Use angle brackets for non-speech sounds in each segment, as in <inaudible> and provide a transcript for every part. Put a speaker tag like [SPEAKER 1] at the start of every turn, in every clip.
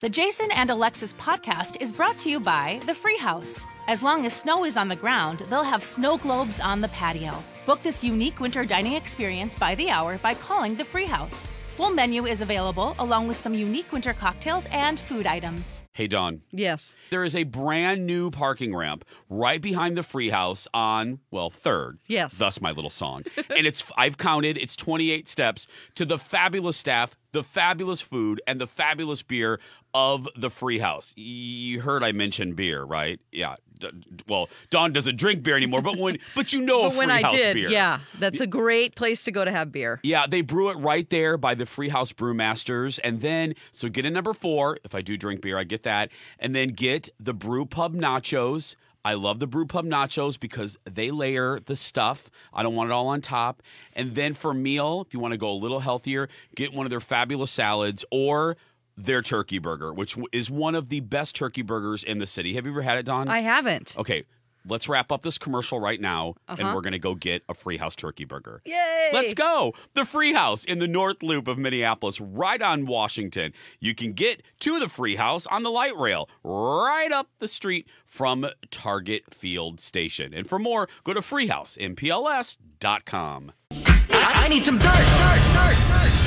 [SPEAKER 1] The Jason and Alexis podcast is brought to you by The Free House. As long as snow is on the ground, they'll have snow globes on the patio. Book this unique winter dining experience by the hour by calling The Free House. Full menu is available along with some unique winter cocktails and food items.
[SPEAKER 2] Hey, Don.
[SPEAKER 3] Yes.
[SPEAKER 2] There is a brand new parking ramp right behind the free house on, well, third.
[SPEAKER 3] Yes.
[SPEAKER 2] Thus my little song. and it's, <laughs> I've counted, it's 28 steps to the fabulous staff, the fabulous food, and the fabulous beer of the free house. You heard I mentioned beer, right? Yeah. D- d- well, Don doesn't drink beer anymore, but when, but you know a
[SPEAKER 3] <laughs> But when
[SPEAKER 2] Oh, free
[SPEAKER 3] I
[SPEAKER 2] house
[SPEAKER 3] did,
[SPEAKER 2] beer.
[SPEAKER 3] yeah, that's a great place to go to have beer.
[SPEAKER 2] Yeah, they brew it right there by the Freehouse Brewmasters. And then, so get in number four. If I do drink beer, I get that. And then get the Brew Pub Nachos. I love the Brew Pub Nachos because they layer the stuff. I don't want it all on top. And then for meal, if you want to go a little healthier, get one of their fabulous salads or their turkey burger, which w- is one of the best turkey burgers in the city. Have you ever had it, Don?
[SPEAKER 3] I haven't.
[SPEAKER 2] okay, let's wrap up this commercial right now and we're going to go get a Freehouse turkey burger.
[SPEAKER 3] Uh-huh. Yay!
[SPEAKER 2] Let's go. The Free House in the North Loop of Minneapolis, right on Washington. You can get to the Free House on the light rail, right up the street from Target Field Station. And for more, go to freehousempls.com.
[SPEAKER 4] I, I need some dirt, dirt, dirt, dirt.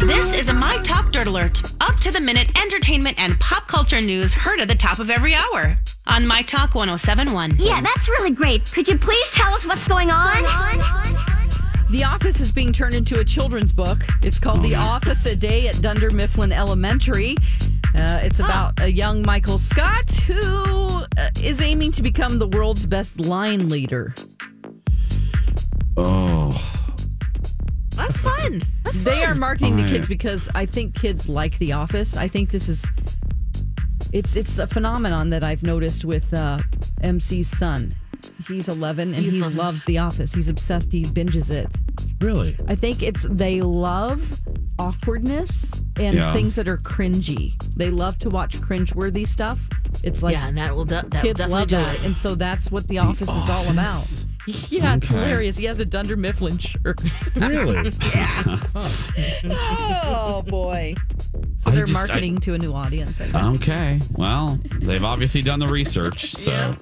[SPEAKER 1] This is a My Top Dirt Alert. Up to the minute entertainment and pop culture news heard at the top of every hour on My Talk 1071.
[SPEAKER 5] Yeah, that's really great. Could you please tell us what's going on?
[SPEAKER 3] The Office is being turned into a children's book. It's called The Office a Day at Dunder Mifflin Elementary. Uh, it's
[SPEAKER 1] Ah.
[SPEAKER 3] about a young Michael Scott who uh, is aiming to become the world's best line leader.
[SPEAKER 1] That's fun. That's fun.
[SPEAKER 3] They are marketing to kids because I think kids like The Office. I think this is it's it's a phenomenon that I've noticed with uh, MC's son. He's 11 and he loves The Office. He's obsessed. He binges it.
[SPEAKER 6] Really?
[SPEAKER 3] I think it's they love awkwardness and
[SPEAKER 6] Yeah.
[SPEAKER 3] things that are cringy. They love to watch cringeworthy stuff. It's like
[SPEAKER 4] Yeah, and that will, de- that will
[SPEAKER 3] kids
[SPEAKER 4] definitely
[SPEAKER 3] love
[SPEAKER 4] do
[SPEAKER 3] that,
[SPEAKER 4] it.
[SPEAKER 3] and so that's what The Office is all
[SPEAKER 6] Office.
[SPEAKER 3] about. <laughs> Yeah, it's
[SPEAKER 6] Okay.
[SPEAKER 3] hilarious. He has a Dunder Mifflin shirt.
[SPEAKER 6] Really?
[SPEAKER 3] <laughs> oh boy! So
[SPEAKER 2] I
[SPEAKER 3] they're
[SPEAKER 2] just- I-
[SPEAKER 3] marketing to a new audience. I think.
[SPEAKER 2] Okay. Well, they've obviously done the research. So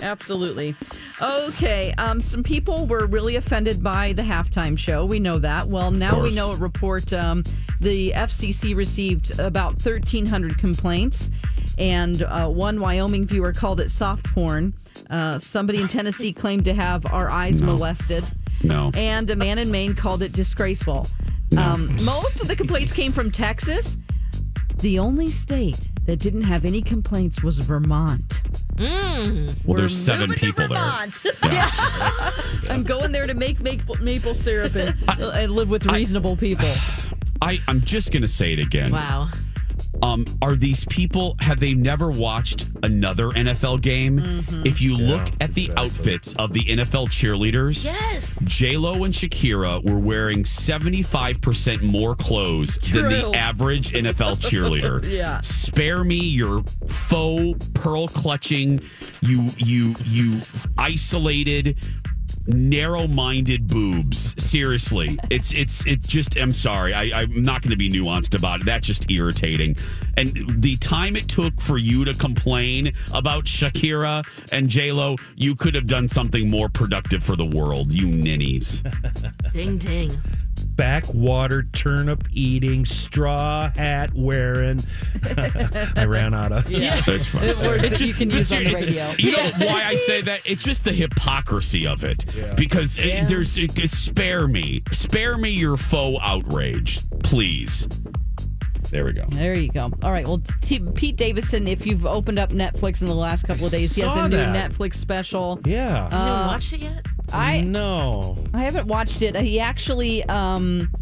[SPEAKER 3] Absolutely. Okay. Um, some people were really offended by the halftime show. We know that. Well, now we
[SPEAKER 2] course.
[SPEAKER 3] know a report. Um, the FCC received about 1,300 complaints, and uh, one Wyoming viewer called it soft porn. Uh, somebody
[SPEAKER 2] <laughs>
[SPEAKER 3] in Tennessee claimed to have our eyes molested.
[SPEAKER 2] No.
[SPEAKER 3] And a man in Maine called it disgraceful. Um, most of the complaints came from Texas. The only state that didn't have any complaints was Vermont.
[SPEAKER 2] well, there's seven people there.
[SPEAKER 3] <laughs> I'm going there to make maple, maple
[SPEAKER 7] <laughs>
[SPEAKER 3] syrup and, and live with reasonable people.
[SPEAKER 2] I, I'm just going to say it again.
[SPEAKER 4] Wow.
[SPEAKER 2] um, are these people have they never watched another NFL game? If you look at the outfits of the NFL cheerleaders,
[SPEAKER 4] Yes.
[SPEAKER 2] J Lo and Shakira were wearing seventy five percent more clothes than
[SPEAKER 3] True.
[SPEAKER 2] the average NFL cheerleader.
[SPEAKER 3] Yeah.
[SPEAKER 2] Spare me your faux pearl clutching, you you you isolated narrow-minded boobs seriously it's it's it's just i'm sorry I, i'm not going to be nuanced about it that's just irritating and the time it took for you to complain about shakira and j-lo you could have done something more productive for the world you ninnies
[SPEAKER 4] Ding, ding.
[SPEAKER 7] backwater turnip eating, straw hat wearing. <laughs> I ran out of.
[SPEAKER 2] It's fine.
[SPEAKER 3] words
[SPEAKER 2] It's
[SPEAKER 3] that you can use
[SPEAKER 2] it's-
[SPEAKER 3] on the
[SPEAKER 2] it's-
[SPEAKER 3] radio.
[SPEAKER 2] <laughs> You know why I say that? It's just the hypocrisy of it. Because it- there's it- it- spare me, spare me your faux outrage, please. There we go.
[SPEAKER 3] There you go. All right. Well, T- Pete Davidson, if you've opened up Netflix in the last couple of days, he has
[SPEAKER 7] saw
[SPEAKER 3] a new
[SPEAKER 7] that. Mm-hmm.
[SPEAKER 3] Netflix special.
[SPEAKER 7] Yeah.
[SPEAKER 8] You didn't watch it yet?
[SPEAKER 3] I
[SPEAKER 7] no.
[SPEAKER 3] I haven't watched it. He actually um,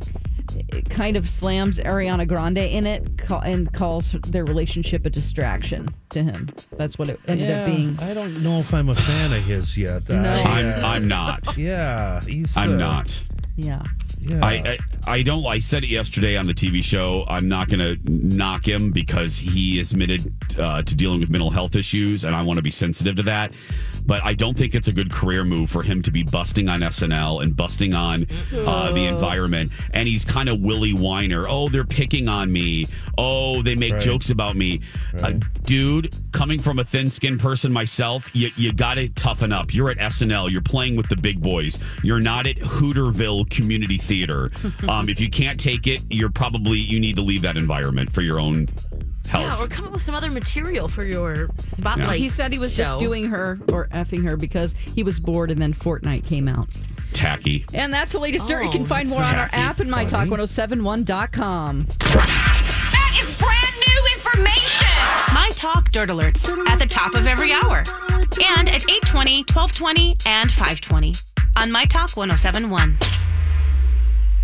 [SPEAKER 3] kind of slams Ariana Grande in it ca- and calls their relationship a distraction to him. That's what it ended up
[SPEAKER 7] Yeah,
[SPEAKER 3] being.
[SPEAKER 7] I don't know if I'm a fan of his yet. No.
[SPEAKER 2] I'm I'm not.
[SPEAKER 7] yeah. He's, uh,
[SPEAKER 2] I'm not.
[SPEAKER 3] Yeah.
[SPEAKER 7] Yeah.
[SPEAKER 2] I, I I don't. I said it yesterday on the TV show. I'm not going to knock him because he is admitted uh, to dealing with mental health issues, and I want to be sensitive to that. But I don't think it's a good career move for him to be busting on SNL and busting on uh, the environment. And he's kind of Willy Weiner. Oh, they're picking on me. Oh, they make jokes about me. Uh, dude, coming from a thin skinned person myself, you, you got to toughen up. You're at SNL. You're playing with the big boys. You're not at Hooterville Community Theater. um, if you can't take it, you're probably, you need to leave that environment for your own
[SPEAKER 8] Yeah, Oh, or
[SPEAKER 2] health.
[SPEAKER 8] come up with some other material for your spotlight.
[SPEAKER 3] He said he was just
[SPEAKER 8] show.
[SPEAKER 3] doing her or effing her because he was bored and then Fortnite came out.
[SPEAKER 2] Tacky.
[SPEAKER 3] And that's the latest dirt. You can
[SPEAKER 8] Oh,
[SPEAKER 3] find more
[SPEAKER 8] that's
[SPEAKER 3] on our
[SPEAKER 2] tacky
[SPEAKER 3] app and mytalk1071.com.
[SPEAKER 5] That is brand new information.
[SPEAKER 1] My Talk Dirt Alerts at the top of every hour and at 820, 1220, and 520 on My Talk 1071.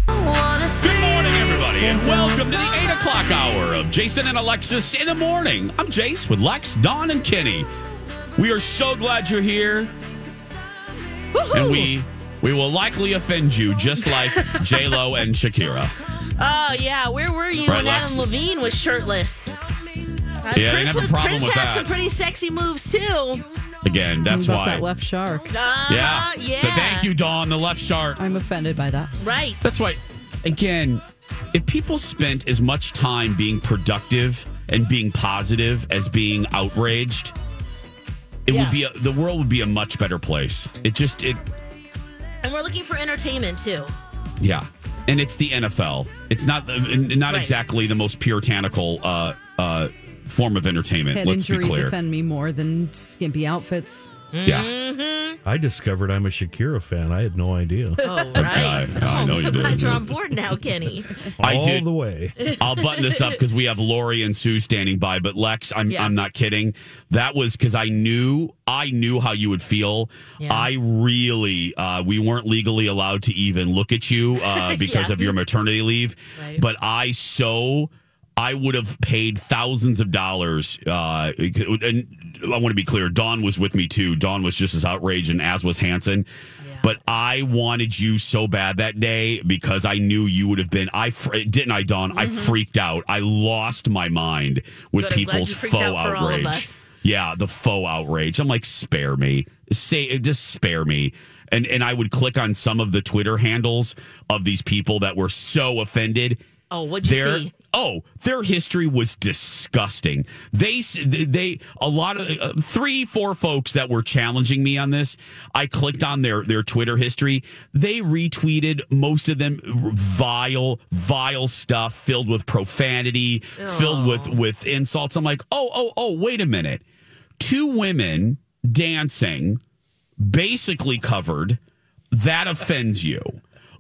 [SPEAKER 2] Good morning, everybody, and welcome to the 8 o'clock hour of Jason and Alexis in the morning. I'm Jace with Lex, Dawn, and Kenny. We are so glad you're here. And we we will likely offend you just
[SPEAKER 3] <laughs>
[SPEAKER 2] like J Lo and Shakira.
[SPEAKER 8] Oh yeah, where were you
[SPEAKER 2] Right,
[SPEAKER 8] when
[SPEAKER 2] Lex?
[SPEAKER 8] Adam Levine was shirtless? Uh,
[SPEAKER 2] didn't
[SPEAKER 8] Prince,
[SPEAKER 2] have a
[SPEAKER 8] was-
[SPEAKER 2] problem
[SPEAKER 8] Prince
[SPEAKER 2] with
[SPEAKER 8] had
[SPEAKER 2] that.
[SPEAKER 8] some pretty sexy moves too. Uh,
[SPEAKER 2] Again, that's
[SPEAKER 3] About
[SPEAKER 2] why.
[SPEAKER 3] that left shark.
[SPEAKER 2] yeah.
[SPEAKER 8] yeah.
[SPEAKER 2] The thank you, Dawn, the left shark.
[SPEAKER 3] I'm offended by that.
[SPEAKER 8] Right.
[SPEAKER 2] That's why, again, if people spent as much time being productive and being positive as being outraged, it
[SPEAKER 8] Yeah.
[SPEAKER 2] would be a, the world would be a much better place. It just it
[SPEAKER 8] And we're looking for entertainment too.
[SPEAKER 2] yeah, and it's the NFL. It's not uh, not
[SPEAKER 8] Right.
[SPEAKER 2] exactly the most puritanical uh, uh, form of entertainment.
[SPEAKER 3] Head
[SPEAKER 2] let's be
[SPEAKER 3] injuries
[SPEAKER 2] clear.
[SPEAKER 3] offend me more than skimpy outfits.
[SPEAKER 2] Yeah,
[SPEAKER 7] I discovered I'm a Shakira fan. I had no idea.
[SPEAKER 8] Oh right.
[SPEAKER 2] <laughs> I- I
[SPEAKER 8] oh,
[SPEAKER 2] know
[SPEAKER 8] I'm
[SPEAKER 2] you
[SPEAKER 8] so
[SPEAKER 2] do.
[SPEAKER 8] glad you're on board now, Kenny.
[SPEAKER 2] I
[SPEAKER 7] All
[SPEAKER 2] did.
[SPEAKER 7] the way.
[SPEAKER 2] I'll button this up because we have Lori and Sue standing by. But Lex, I'm
[SPEAKER 8] Yeah.
[SPEAKER 2] I'm not kidding. That was because I knew I knew how you would feel. I really uh, we weren't legally allowed to even look at you
[SPEAKER 8] <laughs>
[SPEAKER 2] uh, because of your maternity leave.
[SPEAKER 8] Right.
[SPEAKER 2] But I so I would have paid thousands of dollars. Uh, and I want to be clear. Dawn was with me too. Dawn was just as outraged, and as was Hanson. But I wanted you so bad that day because I knew you would have been. I fr- didn't I, Dawn. I freaked out. I lost my mind
[SPEAKER 8] Mm-hmm. Good,
[SPEAKER 2] with
[SPEAKER 8] I'm glad
[SPEAKER 2] people's
[SPEAKER 8] you
[SPEAKER 2] faux
[SPEAKER 8] freaked out for
[SPEAKER 2] outrage.
[SPEAKER 8] all of us.
[SPEAKER 2] Yeah, the faux outrage. I'm like, spare me. Say, just spare me. And and I would click on some of the Twitter handles of these people that were so offended.
[SPEAKER 8] Oh, what'd you
[SPEAKER 2] Their-
[SPEAKER 8] see?
[SPEAKER 2] Oh, their history was disgusting. They s- they a lot of uh, three four folks that were challenging me on this. I clicked on their their Twitter history. They retweeted most of them vile vile stuff filled with profanity, filled with with insults. I'm like, "Oh, oh, oh, wait a minute. Two women dancing basically covered that offends you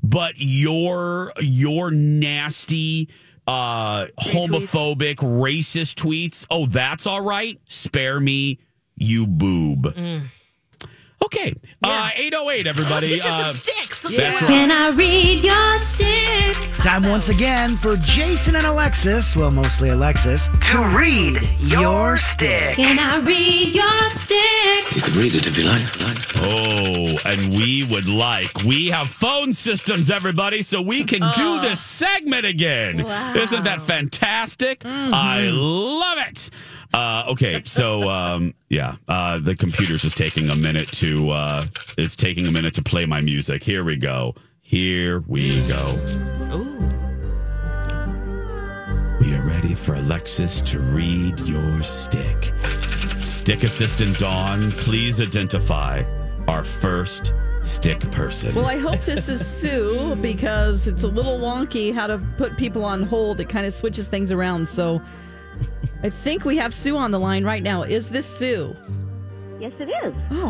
[SPEAKER 2] but your your nasty uh homophobic racist tweets oh that's all right spare me you boob
[SPEAKER 8] Mm.
[SPEAKER 2] okay uh 808 everybody
[SPEAKER 8] It's just
[SPEAKER 2] uh,
[SPEAKER 8] a sticks. Let's
[SPEAKER 2] that's
[SPEAKER 8] go.
[SPEAKER 2] right
[SPEAKER 5] Can I read your stick?
[SPEAKER 9] Time once again for Jason and Alexis, well, mostly Alexis, to read your stick.
[SPEAKER 5] Can I read your stick?
[SPEAKER 10] You could read it if you like.
[SPEAKER 2] oh and we would like we have phone systems everybody so we can do this segment again isn't that fantastic i love it uh, okay so um, yeah uh, the computer's just taking a minute to uh, it's taking a minute to play my music here we go here we go we are ready for Alexis to read your stick. Stick Assistant Dawn, please identify our first stick person.
[SPEAKER 3] Well, I hope this is Sue because it's a little wonky how to put people on hold. It kind of switches things around. So I think we have Sue on the line right now. Is this Sue?
[SPEAKER 10] Yes, it is.
[SPEAKER 3] Oh,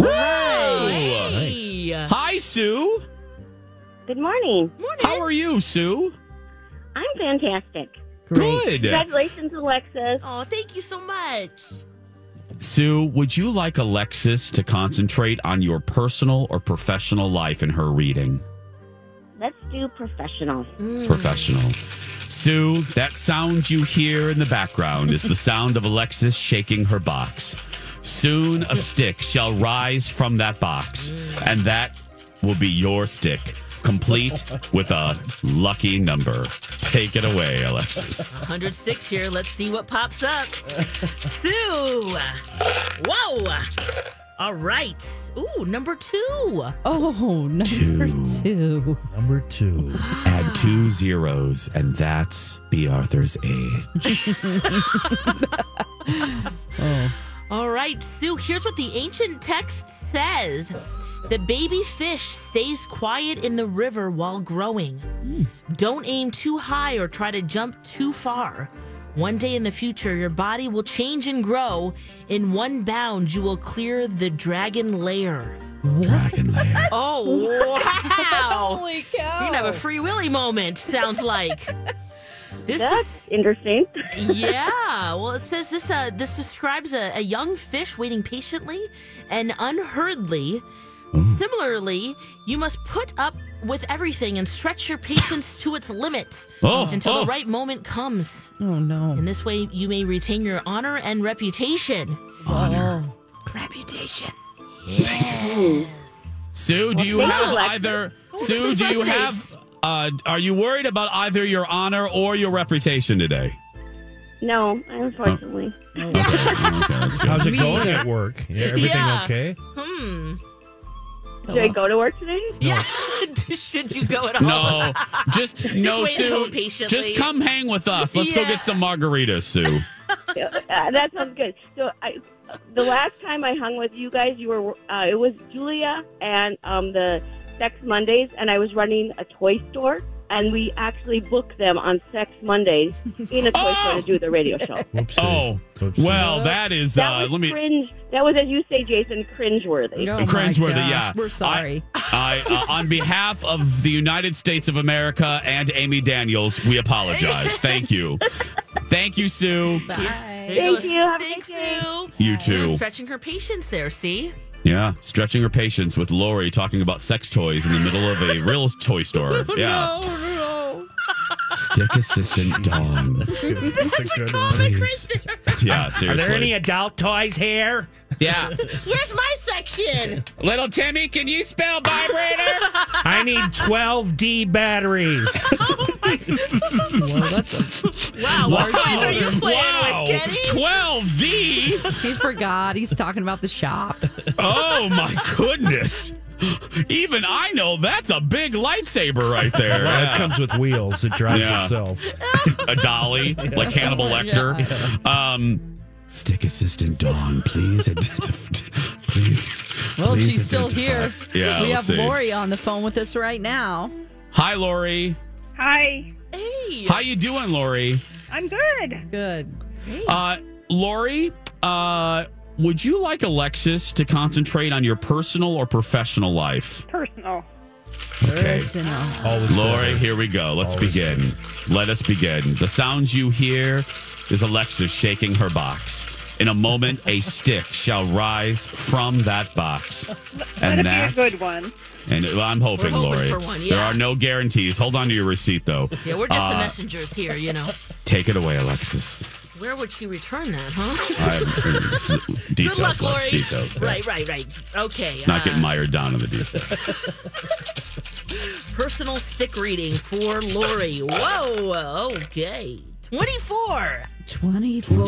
[SPEAKER 2] Woo! Hi, Sue.
[SPEAKER 10] Good morning.
[SPEAKER 2] How are you, Sue?
[SPEAKER 10] I'm fantastic.
[SPEAKER 2] Good.
[SPEAKER 10] Congratulations, Alexis.
[SPEAKER 8] Oh, thank you so much.
[SPEAKER 2] Sue, would you like Alexis to concentrate on your personal or professional life in her reading?
[SPEAKER 10] Let's do professional.
[SPEAKER 2] Professional. Sue, that sound you hear in the background is the sound of Alexis shaking her box. Soon a stick shall rise from that box, and that will be your stick, complete with a lucky number. Take it away, Alexis.
[SPEAKER 8] 106 here. Let's see what pops up.
[SPEAKER 2] <laughs>
[SPEAKER 8] Sue. Whoa. All right. Ooh, number two.
[SPEAKER 3] Oh, <laughs> number
[SPEAKER 2] Two.
[SPEAKER 3] two.
[SPEAKER 7] Number two.
[SPEAKER 2] Add two zeros, and that's B. Arthur's age.
[SPEAKER 8] All right, Sue, here's what the ancient text says The baby fish stays quiet in the river while growing. Don't aim too high or try to jump too far. One day in the future, your body will change and grow. In one bound, you will clear the dragon lair.
[SPEAKER 2] Dragon lair.
[SPEAKER 3] <laughs>
[SPEAKER 8] Oh, wow.
[SPEAKER 3] Holy
[SPEAKER 8] You're
[SPEAKER 3] cow.
[SPEAKER 8] going to have a free willy moment, sounds like. This is
[SPEAKER 10] That's interesting. <laughs>
[SPEAKER 8] yeah. Well, it says this. Uh, this describes a, a young fish waiting patiently and unhurriedly.
[SPEAKER 7] Mm.
[SPEAKER 8] Similarly, you must put up with everything and stretch your patience to its limit
[SPEAKER 2] Oh,
[SPEAKER 8] until
[SPEAKER 2] oh.
[SPEAKER 8] the right moment comes.
[SPEAKER 3] Oh, no.
[SPEAKER 8] In this way, you may retain your honor and reputation.
[SPEAKER 3] Oh.
[SPEAKER 8] Reputation. Yeah.
[SPEAKER 2] Sue, do you
[SPEAKER 10] Well,
[SPEAKER 2] have
[SPEAKER 10] Alexis.
[SPEAKER 2] either? Sue,
[SPEAKER 8] this
[SPEAKER 2] do you
[SPEAKER 8] resonates.
[SPEAKER 2] have? Uh, are you worried about either your honor or your reputation today?
[SPEAKER 10] No, unfortunately.
[SPEAKER 7] How's it
[SPEAKER 3] Me
[SPEAKER 7] going
[SPEAKER 3] either.
[SPEAKER 7] at work? Yeah, everything
[SPEAKER 8] Yeah.
[SPEAKER 7] okay?
[SPEAKER 8] Hmm.
[SPEAKER 10] Should I go to work today?
[SPEAKER 8] Yeah. <laughs> Should you go at all?
[SPEAKER 2] No,
[SPEAKER 8] <laughs>
[SPEAKER 2] just no,
[SPEAKER 8] wait at
[SPEAKER 2] Sue.
[SPEAKER 8] home patiently.
[SPEAKER 2] Just come hang with us. Let's go
[SPEAKER 8] Yeah.
[SPEAKER 2] get some
[SPEAKER 8] <laughs>
[SPEAKER 2] margaritas, Sue.
[SPEAKER 10] Uh, that sounds good. So, I, the last time I hung with you guys, you were uh, it was Julia and um, the Sex Mondays, and I was running a toy store, and we actually booked them on Sex Mondays in a toy
[SPEAKER 7] Oh!
[SPEAKER 10] store to do the radio
[SPEAKER 7] <laughs>
[SPEAKER 10] show.
[SPEAKER 7] Whoopsie.
[SPEAKER 2] Oh,
[SPEAKER 7] Whoopsie.
[SPEAKER 2] well, that is.
[SPEAKER 10] That
[SPEAKER 2] uh,
[SPEAKER 10] was
[SPEAKER 2] let me.
[SPEAKER 10] cringe. That was, as you say, Jason, cringeworthy.
[SPEAKER 3] No,
[SPEAKER 2] Cringeworthy,
[SPEAKER 3] Oh my gosh.
[SPEAKER 2] yeah.
[SPEAKER 3] We're sorry.
[SPEAKER 2] I, uh, on behalf of the United States of America and Amy Daniels, we
[SPEAKER 8] <laughs>
[SPEAKER 2] apologize. Thank you. Thank you, Sue.
[SPEAKER 3] Bye.
[SPEAKER 10] Thank you. Have a
[SPEAKER 8] Thanks,
[SPEAKER 10] nice day.
[SPEAKER 8] Sue.
[SPEAKER 2] You
[SPEAKER 8] You're
[SPEAKER 2] too.
[SPEAKER 8] stretching her patience there. See.
[SPEAKER 2] Yeah, stretching her patience with Lori talking about sex toys in the middle of a real toy store.
[SPEAKER 8] <laughs>
[SPEAKER 2] Yeah. Stick
[SPEAKER 8] <laughs>
[SPEAKER 2] assistant Dawn.
[SPEAKER 7] That's good. That's, a good one.
[SPEAKER 2] <laughs> Please.
[SPEAKER 3] <laughs>
[SPEAKER 2] Yeah,
[SPEAKER 7] Are
[SPEAKER 2] seriously.
[SPEAKER 7] there any adult toys here?
[SPEAKER 2] <laughs> yeah.
[SPEAKER 8] Where's my section?
[SPEAKER 2] Little Timmy, can you spell <laughs> vibrator?
[SPEAKER 7] I
[SPEAKER 10] <laughs>
[SPEAKER 7] need 12D batteries.
[SPEAKER 8] Wow, what
[SPEAKER 2] Wow.
[SPEAKER 8] toys are you playing
[SPEAKER 2] wow.
[SPEAKER 8] with, Kenny?
[SPEAKER 2] 12D?
[SPEAKER 3] He forgot. He's talking about the shop.
[SPEAKER 2] Oh my goodness. Even I know that's a big lightsaber right
[SPEAKER 3] <laughs>
[SPEAKER 2] there.
[SPEAKER 7] Well,
[SPEAKER 2] Yeah.
[SPEAKER 7] it comes with wheels. It drives
[SPEAKER 2] Yeah.
[SPEAKER 7] itself.
[SPEAKER 2] a
[SPEAKER 3] <laughs>
[SPEAKER 2] dolly, like Hannibal Lecter. Um, stick assistant Dawn, please <laughs> identify. Please. please
[SPEAKER 3] Well, if Oh, she's still here.
[SPEAKER 2] identify. Yeah,
[SPEAKER 3] we
[SPEAKER 2] let's see.
[SPEAKER 3] have Lori on the phone with us right now.
[SPEAKER 2] Hi, Lori.
[SPEAKER 11] Hi,
[SPEAKER 8] Hey,
[SPEAKER 2] How you doing, Lori?
[SPEAKER 11] I'm good.
[SPEAKER 3] Good.
[SPEAKER 2] Uh, Lori, uh, would you like Alexis to concentrate on your personal or professional life?
[SPEAKER 11] Personal.
[SPEAKER 2] Okay.
[SPEAKER 3] Listen up.
[SPEAKER 7] Always
[SPEAKER 2] Lori, here we go. Let's begin. Let us begin. The sounds you hear is Alexis shaking her box. In a moment,
[SPEAKER 11] <laughs>
[SPEAKER 2] a stick shall rise from that box.
[SPEAKER 11] Let it
[SPEAKER 2] And
[SPEAKER 11] be a
[SPEAKER 2] that,
[SPEAKER 11] good one.
[SPEAKER 2] and well, I'm hoping,
[SPEAKER 8] We're hoping
[SPEAKER 2] Lori.
[SPEAKER 8] for one,
[SPEAKER 2] There
[SPEAKER 8] yeah.
[SPEAKER 2] are no guarantees. Hold on to your receipt, though.
[SPEAKER 8] yeah, we're just the
[SPEAKER 2] Uh,
[SPEAKER 8] messengers here, you know.
[SPEAKER 2] Take it away, Alexis.
[SPEAKER 8] Where would she return that, huh?
[SPEAKER 2] I'm, it's-
[SPEAKER 8] <laughs>
[SPEAKER 2] details,
[SPEAKER 8] Good luck,
[SPEAKER 2] Lex,
[SPEAKER 8] Lori.
[SPEAKER 2] details. yeah.
[SPEAKER 8] Right, right, right. Okay.
[SPEAKER 2] Not
[SPEAKER 8] uh,
[SPEAKER 2] get mired down in the details.
[SPEAKER 8] personal stick reading for Lori. Whoa. Okay. Twenty-four.
[SPEAKER 3] 24.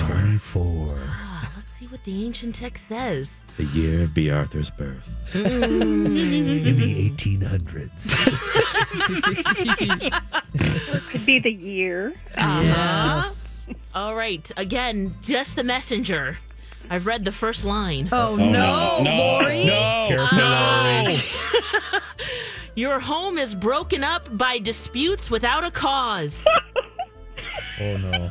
[SPEAKER 7] 24.
[SPEAKER 8] Ah, let's see what the ancient text says.
[SPEAKER 2] The year of B. Arthur's birth.
[SPEAKER 7] In the 1800s.
[SPEAKER 11] Could <laughs> be the year. Uh-huh.
[SPEAKER 3] Yes.
[SPEAKER 8] All right. Again, just the messenger. I've read the first line.
[SPEAKER 3] Oh, no,
[SPEAKER 8] no,
[SPEAKER 3] Lori.
[SPEAKER 8] no.
[SPEAKER 7] Careful,
[SPEAKER 8] Oh.
[SPEAKER 7] Lori.
[SPEAKER 8] <laughs> Your home is broken up by disputes without a cause.
[SPEAKER 7] Oh no.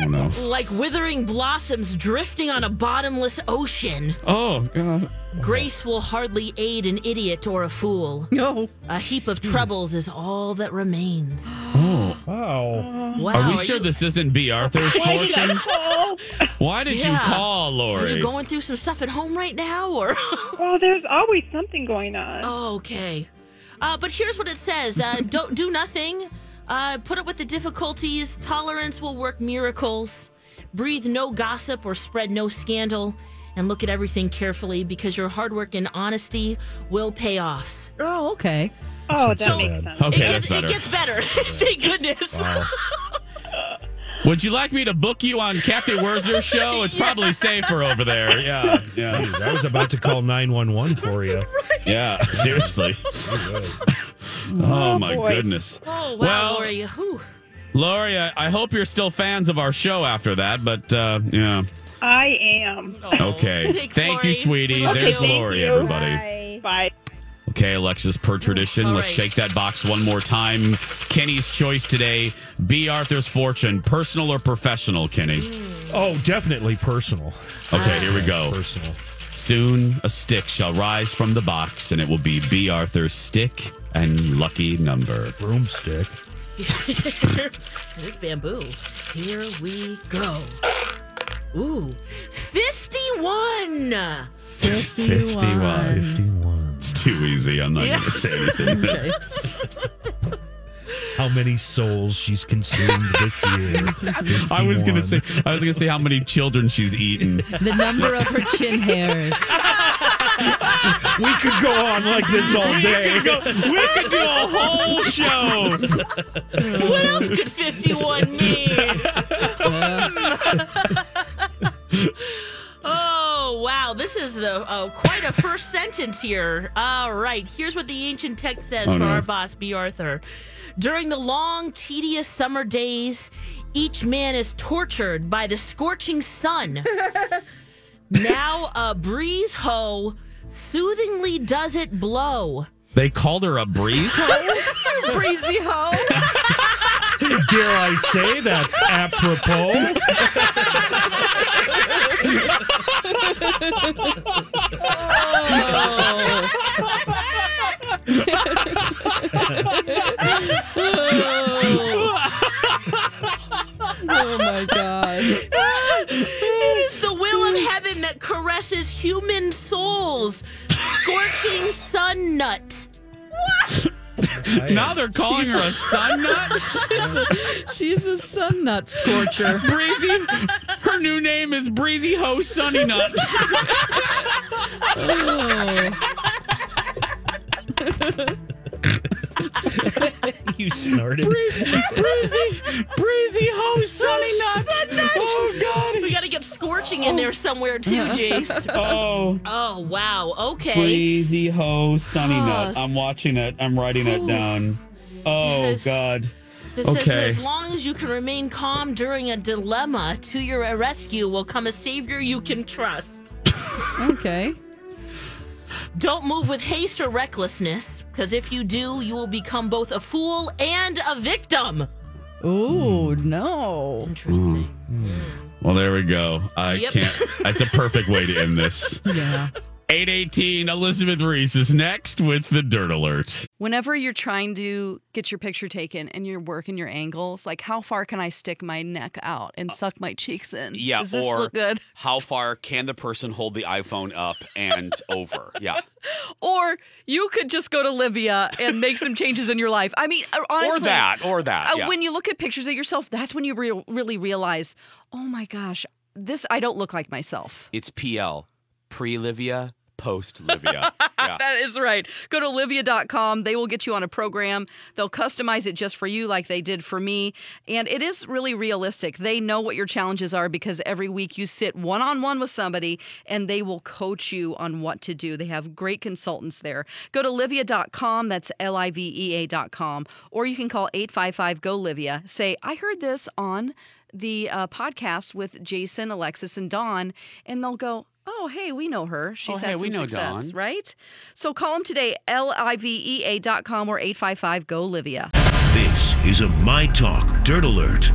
[SPEAKER 2] Oh no.
[SPEAKER 8] like withering blossoms drifting on a bottomless ocean.
[SPEAKER 2] Oh god.
[SPEAKER 8] Grace will hardly aid an idiot or a fool.
[SPEAKER 3] No.
[SPEAKER 8] A heap of troubles is all that remains.
[SPEAKER 2] Oh.
[SPEAKER 7] Wow.
[SPEAKER 8] Wow,
[SPEAKER 2] Are we
[SPEAKER 8] are
[SPEAKER 2] sure
[SPEAKER 8] Oh, you-
[SPEAKER 2] this isn't B. Arthur's fortune? Why did you
[SPEAKER 8] Yeah.
[SPEAKER 2] call,
[SPEAKER 8] Are
[SPEAKER 2] Lori?
[SPEAKER 8] you going through some stuff at home right now, or? <laughs>
[SPEAKER 11] well, there's always something going on.
[SPEAKER 8] Oh, okay. Uh, but here's what it says: uh,
[SPEAKER 11] <laughs>
[SPEAKER 8] Don't do nothing. Uh, put up with the difficulties. Tolerance will work miracles. Breathe no gossip or spread no scandal, and look at everything carefully because your hard work and honesty will pay off.
[SPEAKER 3] Oh, okay.
[SPEAKER 11] Oh,
[SPEAKER 2] that makes sense. Okay,
[SPEAKER 8] it gets,
[SPEAKER 2] that's better.
[SPEAKER 8] It gets better. <laughs> Thank goodness. <laughs>
[SPEAKER 2] Would you like me to book you on Captain
[SPEAKER 8] <laughs>
[SPEAKER 2] Wurzer's show? It's probably safer over there. Yeah. Yeah.
[SPEAKER 7] Jeez, I was about to call 911 for you.
[SPEAKER 2] Yeah.
[SPEAKER 8] <laughs>
[SPEAKER 2] Seriously. Oh, my
[SPEAKER 8] boy.
[SPEAKER 2] goodness.
[SPEAKER 8] Oh wow,
[SPEAKER 2] Well-
[SPEAKER 8] Lori. Whew.
[SPEAKER 2] Lori, I, I hope you're still fans of our show after that, but uh, yeah.
[SPEAKER 11] I am.
[SPEAKER 8] Oh.
[SPEAKER 2] Okay.
[SPEAKER 11] Thanks,
[SPEAKER 2] Thank you,
[SPEAKER 11] Lori.
[SPEAKER 2] sweetie.
[SPEAKER 11] Love
[SPEAKER 2] There's
[SPEAKER 11] you.
[SPEAKER 2] Lori,
[SPEAKER 11] Thank you.
[SPEAKER 2] everybody.
[SPEAKER 11] Bye.
[SPEAKER 2] Okay, Alexis, per tradition,
[SPEAKER 8] All
[SPEAKER 2] let's
[SPEAKER 8] right.
[SPEAKER 2] shake that box one more time. Kenny's choice today B. Arthur's fortune, personal or professional, Kenny?
[SPEAKER 7] Oh, definitely personal.
[SPEAKER 2] Okay, here we go.
[SPEAKER 7] Personal.
[SPEAKER 2] Soon a stick shall rise from the box, and it will be B. Arthur's stick and lucky number.
[SPEAKER 7] Broomstick.
[SPEAKER 8] There's bamboo. Here we go. Ooh, 51. Um,
[SPEAKER 2] 51.
[SPEAKER 7] 51.
[SPEAKER 2] It's too easy. I'm not
[SPEAKER 8] Yeah.
[SPEAKER 2] going to say anything.
[SPEAKER 7] How many souls she's consumed this <laughs> year?
[SPEAKER 2] I was
[SPEAKER 7] 51.
[SPEAKER 2] going to say I was going to say how many children she's eaten.
[SPEAKER 3] The number of her chin hairs.
[SPEAKER 7] we could go on like this all day.
[SPEAKER 2] we could do a whole show.
[SPEAKER 8] What else could 51 mean? <laughs> oh, wow. This is the uh, quite a first sentence here. All right. Here's what the ancient text says
[SPEAKER 2] Oh,
[SPEAKER 8] for
[SPEAKER 2] no.
[SPEAKER 8] our boss, B. Arthur. During the long, tedious summer days, each man is tortured by the scorching
[SPEAKER 7] <laughs>
[SPEAKER 8] sun. now a breeze hoe soothingly does it blow.
[SPEAKER 2] They called her a breeze.
[SPEAKER 3] Breezy
[SPEAKER 12] <laughs>
[SPEAKER 3] hoe.
[SPEAKER 7] Dare I say that's apropos?
[SPEAKER 3] Oh, my God.
[SPEAKER 8] It is the will of heaven that caresses human souls. Scorching sun nut.
[SPEAKER 2] now they're calling her a sun nut.
[SPEAKER 3] She's a sun nut scorcher.
[SPEAKER 2] Breezy. Her new name is Breezy Ho Sunny Nut.
[SPEAKER 7] <laughs> you snorted.
[SPEAKER 2] Breezy, Breezy Ho Sunny Nut. Oh
[SPEAKER 8] We got to get scorching in there somewhere
[SPEAKER 2] <laughs>
[SPEAKER 8] too, Jace.
[SPEAKER 2] God. Oh,
[SPEAKER 8] Oh wow. Okay.
[SPEAKER 2] Breezy Ho Sunny
[SPEAKER 8] Yes.
[SPEAKER 2] Nut. I'm watching that. I'm writing that down. Oh
[SPEAKER 8] Yes.
[SPEAKER 2] God.
[SPEAKER 8] It says
[SPEAKER 2] Okay.
[SPEAKER 8] as long as you can remain calm during a dilemma, to your rescue will come a savior you can trust.
[SPEAKER 3] Okay.
[SPEAKER 8] Don't move with haste or recklessness, because if you do, you will become both a fool and a victim.
[SPEAKER 3] Oh, no.
[SPEAKER 8] Interesting.
[SPEAKER 2] Well, there we go. I
[SPEAKER 8] Yep.
[SPEAKER 2] can't. That's a perfect way to end this.
[SPEAKER 4] Yeah.
[SPEAKER 2] 818, Elizabeth Reese is next with the Dirt Alert.
[SPEAKER 3] Whenever you're trying to get your picture taken and you're working your angles, like how far can I stick my neck out and suck my cheeks in?
[SPEAKER 13] Yeah,
[SPEAKER 3] Does this
[SPEAKER 13] or
[SPEAKER 3] look good? <laughs>
[SPEAKER 13] how far can the person hold the iPhone up and over? Yeah.
[SPEAKER 3] Or you could just go to Libya and make some changes in your life. I mean, uh, honestly,
[SPEAKER 13] or that, or that.
[SPEAKER 3] uh,
[SPEAKER 13] yeah.
[SPEAKER 3] when you look at pictures of yourself, that's when you re- really realize, oh my gosh, this I don't look like myself.
[SPEAKER 13] it's PL, pre Livia, post Livia.
[SPEAKER 3] <laughs>
[SPEAKER 13] Yeah.
[SPEAKER 3] That is right. Go to Olivia.com. They will get you on a program. They'll customize it just for you, like they did for me. And it is really realistic. They know what your challenges are because every week you sit one on one with somebody and they will coach you on what to do. They have great consultants there. Go to Livia.com. That's L I V E A.com. Or you can call 855 GO Livia. Say, I heard this on the uh, podcast with Jason, Alexis, and Dawn. And they'll go, Oh, hey, we know her. She's
[SPEAKER 13] Oh,
[SPEAKER 3] had
[SPEAKER 13] hey,
[SPEAKER 3] some
[SPEAKER 13] we know
[SPEAKER 3] success,
[SPEAKER 13] Dawn.
[SPEAKER 3] right? So call them today, L-I-V-E-A E dot com or 855-GO-LIVIA.
[SPEAKER 14] This is a My Talk Dirt Alert.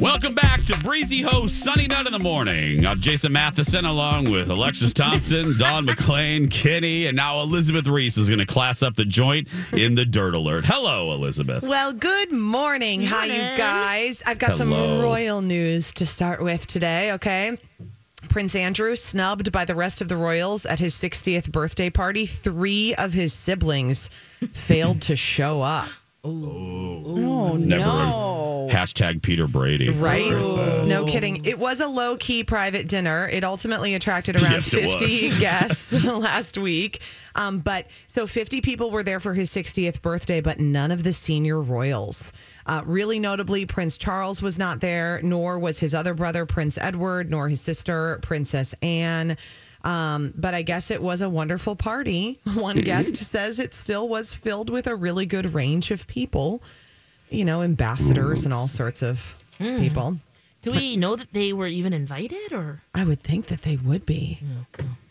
[SPEAKER 2] Welcome back to Breezy Host Sunny Night in the Morning. I'm Jason Matheson along with Alexis Thompson, Don McClain, Kenny, and now Elizabeth Reese is going to class up the joint in the Dirt Alert. Hello, Elizabeth.
[SPEAKER 12] Well, good morning. Hi, you guys. I've got
[SPEAKER 2] Hello.
[SPEAKER 12] some royal news to start with today, okay? Prince Andrew snubbed by the rest of the royals at his 60th birthday party. Three of his siblings <laughs> failed to show up. Oh,
[SPEAKER 2] Never Hashtag Peter Brady.
[SPEAKER 12] Right?
[SPEAKER 2] That's very sad.
[SPEAKER 12] No kidding. It was a low key private dinner. It ultimately attracted around
[SPEAKER 2] Yes, it was.
[SPEAKER 12] 50 <laughs> guests last week. Um, but so 50 people were there for his 60th birthday, but none of the senior royals. Uh, really notably, Prince Charles was not there, nor was his other brother, Prince Edward, nor his sister, Princess Anne. Um, but I guess it was a wonderful party. One guest says it still was filled with a really good range of people, you know, ambassadors and all sorts of
[SPEAKER 8] Mm.
[SPEAKER 12] people.
[SPEAKER 8] Do we know that they were even invited or?
[SPEAKER 12] I would think that they would be,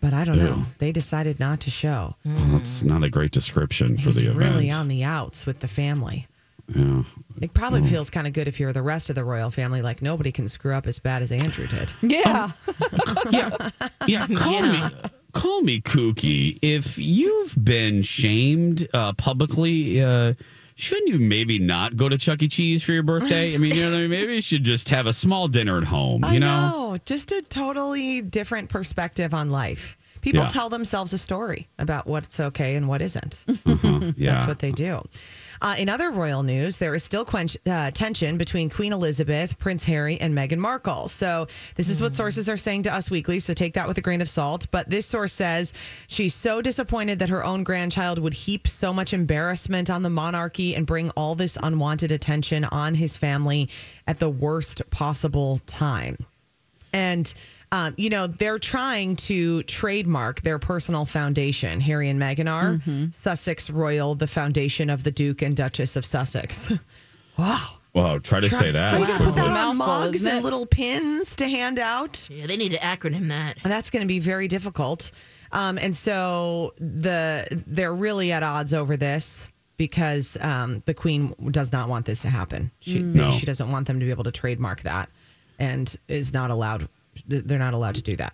[SPEAKER 12] but I don't know. They decided not to show.
[SPEAKER 2] Well, that's not a great description for the event.
[SPEAKER 12] Really on the outs with the family.
[SPEAKER 2] Yeah.
[SPEAKER 12] It probably
[SPEAKER 2] Mm.
[SPEAKER 12] feels kind of good if you're the rest of the royal family. Like nobody can screw up as bad as
[SPEAKER 2] <laughs>
[SPEAKER 12] Andrew did.
[SPEAKER 4] Yeah.
[SPEAKER 2] yeah. Call me. Call me kooky. If you've been shamed uh, publicly, uh, shouldn't you maybe not go to Chuck E. Cheese for your birthday? I mean, you know what I mean? Maybe you should just have a small dinner at home.
[SPEAKER 12] I
[SPEAKER 2] you know?
[SPEAKER 12] know. Just a totally different perspective on life. People
[SPEAKER 2] Yeah.
[SPEAKER 12] tell themselves a story about what's okay and what isn't.
[SPEAKER 2] Yeah.
[SPEAKER 12] That's what they do. Uh, in other royal news, there is still quench, uh, tension between Queen Elizabeth, Prince Harry, and Meghan Markle. So, this is what sources are saying to Us Weekly. So, take that with a grain of salt. But this source says she's so disappointed that her own grandchild would heap so much embarrassment on the monarchy and bring all this unwanted attention on his family at the worst possible time. And um, you know they're trying to trademark their personal foundation. Harry and Meghan are Sussex Royal, the foundation of the Duke and Duchess of Sussex. <laughs> wow!
[SPEAKER 2] Wow. Try to say that.
[SPEAKER 12] Try to put
[SPEAKER 2] quickly.
[SPEAKER 12] them on mugs and little pins to hand out.
[SPEAKER 8] Yeah, they need to acronym that.
[SPEAKER 12] That's going to be very difficult. Um, and so the they're really at odds over this because um, the Queen does not want this to happen. She
[SPEAKER 2] Mm. No.
[SPEAKER 12] she doesn't want them to be able to trademark that, and is not allowed. They're not allowed to do that.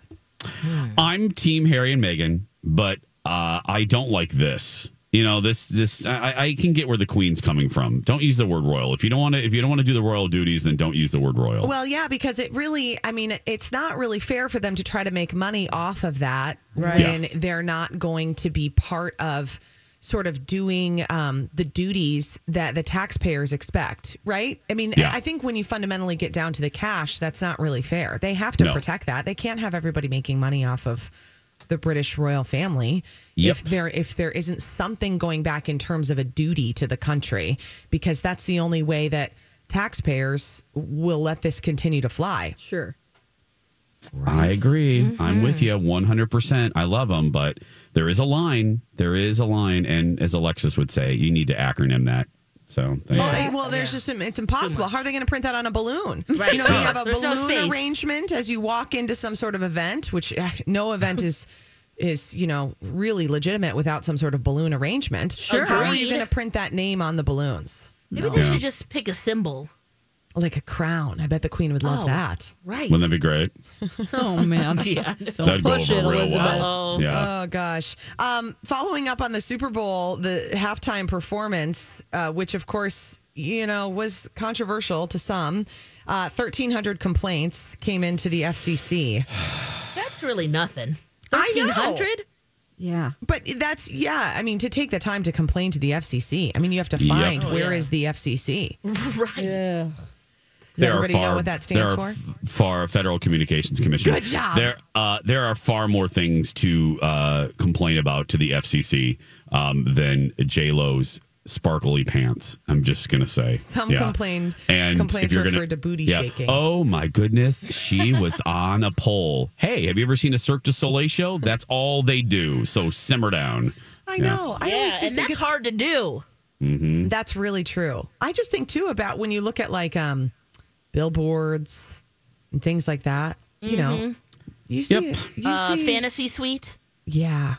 [SPEAKER 2] I'm team Harry and Meghan, but uh, I don't like this. You know, this this I, I can get where the queen's coming from. Don't use the word royal. If you don't want to if you don't want to do the royal duties, then don't use the word royal.
[SPEAKER 12] Well, yeah, because it really, I mean, it's not really fair for them to try to make money off of that
[SPEAKER 2] Right.
[SPEAKER 12] when
[SPEAKER 2] Yes.
[SPEAKER 12] they're not going to be part of sort of doing um, the duties that the taxpayers expect, right? I mean,
[SPEAKER 2] Yeah.
[SPEAKER 12] I think when you fundamentally get down to the cash, that's not really fair. They have to
[SPEAKER 2] No.
[SPEAKER 12] protect that. They can't have everybody making money off of the British royal family
[SPEAKER 2] Yep.
[SPEAKER 12] if there if there isn't something going back in terms of a duty to the country because that's the only way that taxpayers will let this continue to fly.
[SPEAKER 4] Sure.
[SPEAKER 2] I agree. I'm with you 100%. I love them, but there is a line. There is a line and as Alexis would say, you need to acronym that. So, there you
[SPEAKER 12] Well,
[SPEAKER 2] go.
[SPEAKER 12] eh, well, there's just it's impossible. How are they going to print that on a balloon?
[SPEAKER 2] Right.
[SPEAKER 12] You know, you have a
[SPEAKER 2] There's no
[SPEAKER 12] balloon
[SPEAKER 2] space.
[SPEAKER 12] arrangement as you walk into some sort of event, which eh, no event is <laughs> is you know really legitimate without some sort of balloon arrangement.
[SPEAKER 8] Sure.
[SPEAKER 12] how are you
[SPEAKER 8] Agreed.
[SPEAKER 12] going to print that name on the balloons?
[SPEAKER 8] Maybe they should just pick a symbol.
[SPEAKER 12] like a crown. I bet the queen would love
[SPEAKER 8] Oh,
[SPEAKER 12] that.
[SPEAKER 8] Right.
[SPEAKER 2] Wouldn't that be great?
[SPEAKER 12] <laughs> Oh man,
[SPEAKER 8] Yeah.
[SPEAKER 2] That'd go over real well.
[SPEAKER 12] Oh,
[SPEAKER 2] Yeah.
[SPEAKER 12] gosh. Um, following up on the Super Bowl, the halftime performance, uh, which of course you know was controversial to some. Uh, Thirteen hundred complaints came into the FCC.
[SPEAKER 8] That's really nothing.
[SPEAKER 12] I know.
[SPEAKER 8] Thirteen hundred.
[SPEAKER 12] Yeah, but that's yeah. I mean, to take the time to complain to the FCC, I mean, you have to
[SPEAKER 2] Yep.
[SPEAKER 12] find
[SPEAKER 2] Oh,
[SPEAKER 12] where is the FCC.
[SPEAKER 8] Right. Yeah.
[SPEAKER 12] Does everybody know what that stands
[SPEAKER 2] there are
[SPEAKER 12] for?
[SPEAKER 2] f- Far Federal Communications Commission.
[SPEAKER 12] Good job.
[SPEAKER 2] There, uh, there are far more things to uh, complain about to the FCC um, than J Lo's sparkly pants. I'm just gonna say.
[SPEAKER 12] Some complained- complaints referred to booty shaking.
[SPEAKER 2] Oh my goodness,
[SPEAKER 12] <laughs>
[SPEAKER 2] she was on a pole. Hey, have you ever seen a Cirque du Soleil show? That's all they do. So simmer down.
[SPEAKER 12] I know. I always just
[SPEAKER 8] and
[SPEAKER 12] think
[SPEAKER 8] that's
[SPEAKER 12] it's-
[SPEAKER 8] hard to do.
[SPEAKER 2] Mm-hmm.
[SPEAKER 12] That's really true. I just think too about when you look at like um billboards and things like that. You know,
[SPEAKER 8] Mhm.
[SPEAKER 12] you see, you
[SPEAKER 8] uh,
[SPEAKER 12] see,
[SPEAKER 8] fantasy suite.
[SPEAKER 12] yeah.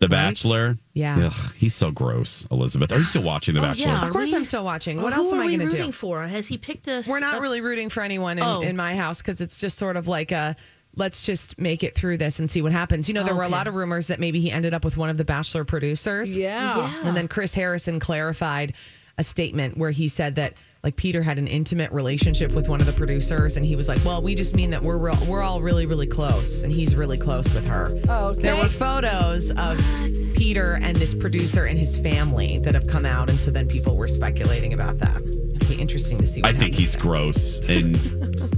[SPEAKER 2] The Bachelor.
[SPEAKER 12] Yeah.
[SPEAKER 2] Ugh, he's so gross, Elizabeth. Are you still watching The
[SPEAKER 8] Oh,
[SPEAKER 2] Bachelor?
[SPEAKER 8] yeah.
[SPEAKER 12] Of course,
[SPEAKER 8] we-
[SPEAKER 12] I'm still watching. What
[SPEAKER 8] Who
[SPEAKER 12] else am
[SPEAKER 8] are
[SPEAKER 12] I
[SPEAKER 8] we
[SPEAKER 12] going to
[SPEAKER 8] rooting
[SPEAKER 12] do?
[SPEAKER 8] for? Has he picked us?
[SPEAKER 12] We're not really rooting for anyone in,
[SPEAKER 8] Oh.
[SPEAKER 12] in my house because it's just sort of like a let's just make it through this and see what happens. You know, there were a
[SPEAKER 8] Okay.
[SPEAKER 12] lot of rumors that maybe he ended up with one of the Bachelor producers. Mm-hmm.
[SPEAKER 8] Yeah. Yeah.
[SPEAKER 12] And then Chris Harrison clarified a statement where he said that like Peter had an intimate relationship with one of the producers and he was like, "Well, we just mean that we're real, we're all really really close and he's really close with her."
[SPEAKER 15] Oh, okay.
[SPEAKER 12] There were photos of Peter and this producer and his family that have come out and so then people were speculating about that. It'd be interesting to see what
[SPEAKER 2] I think he's gross and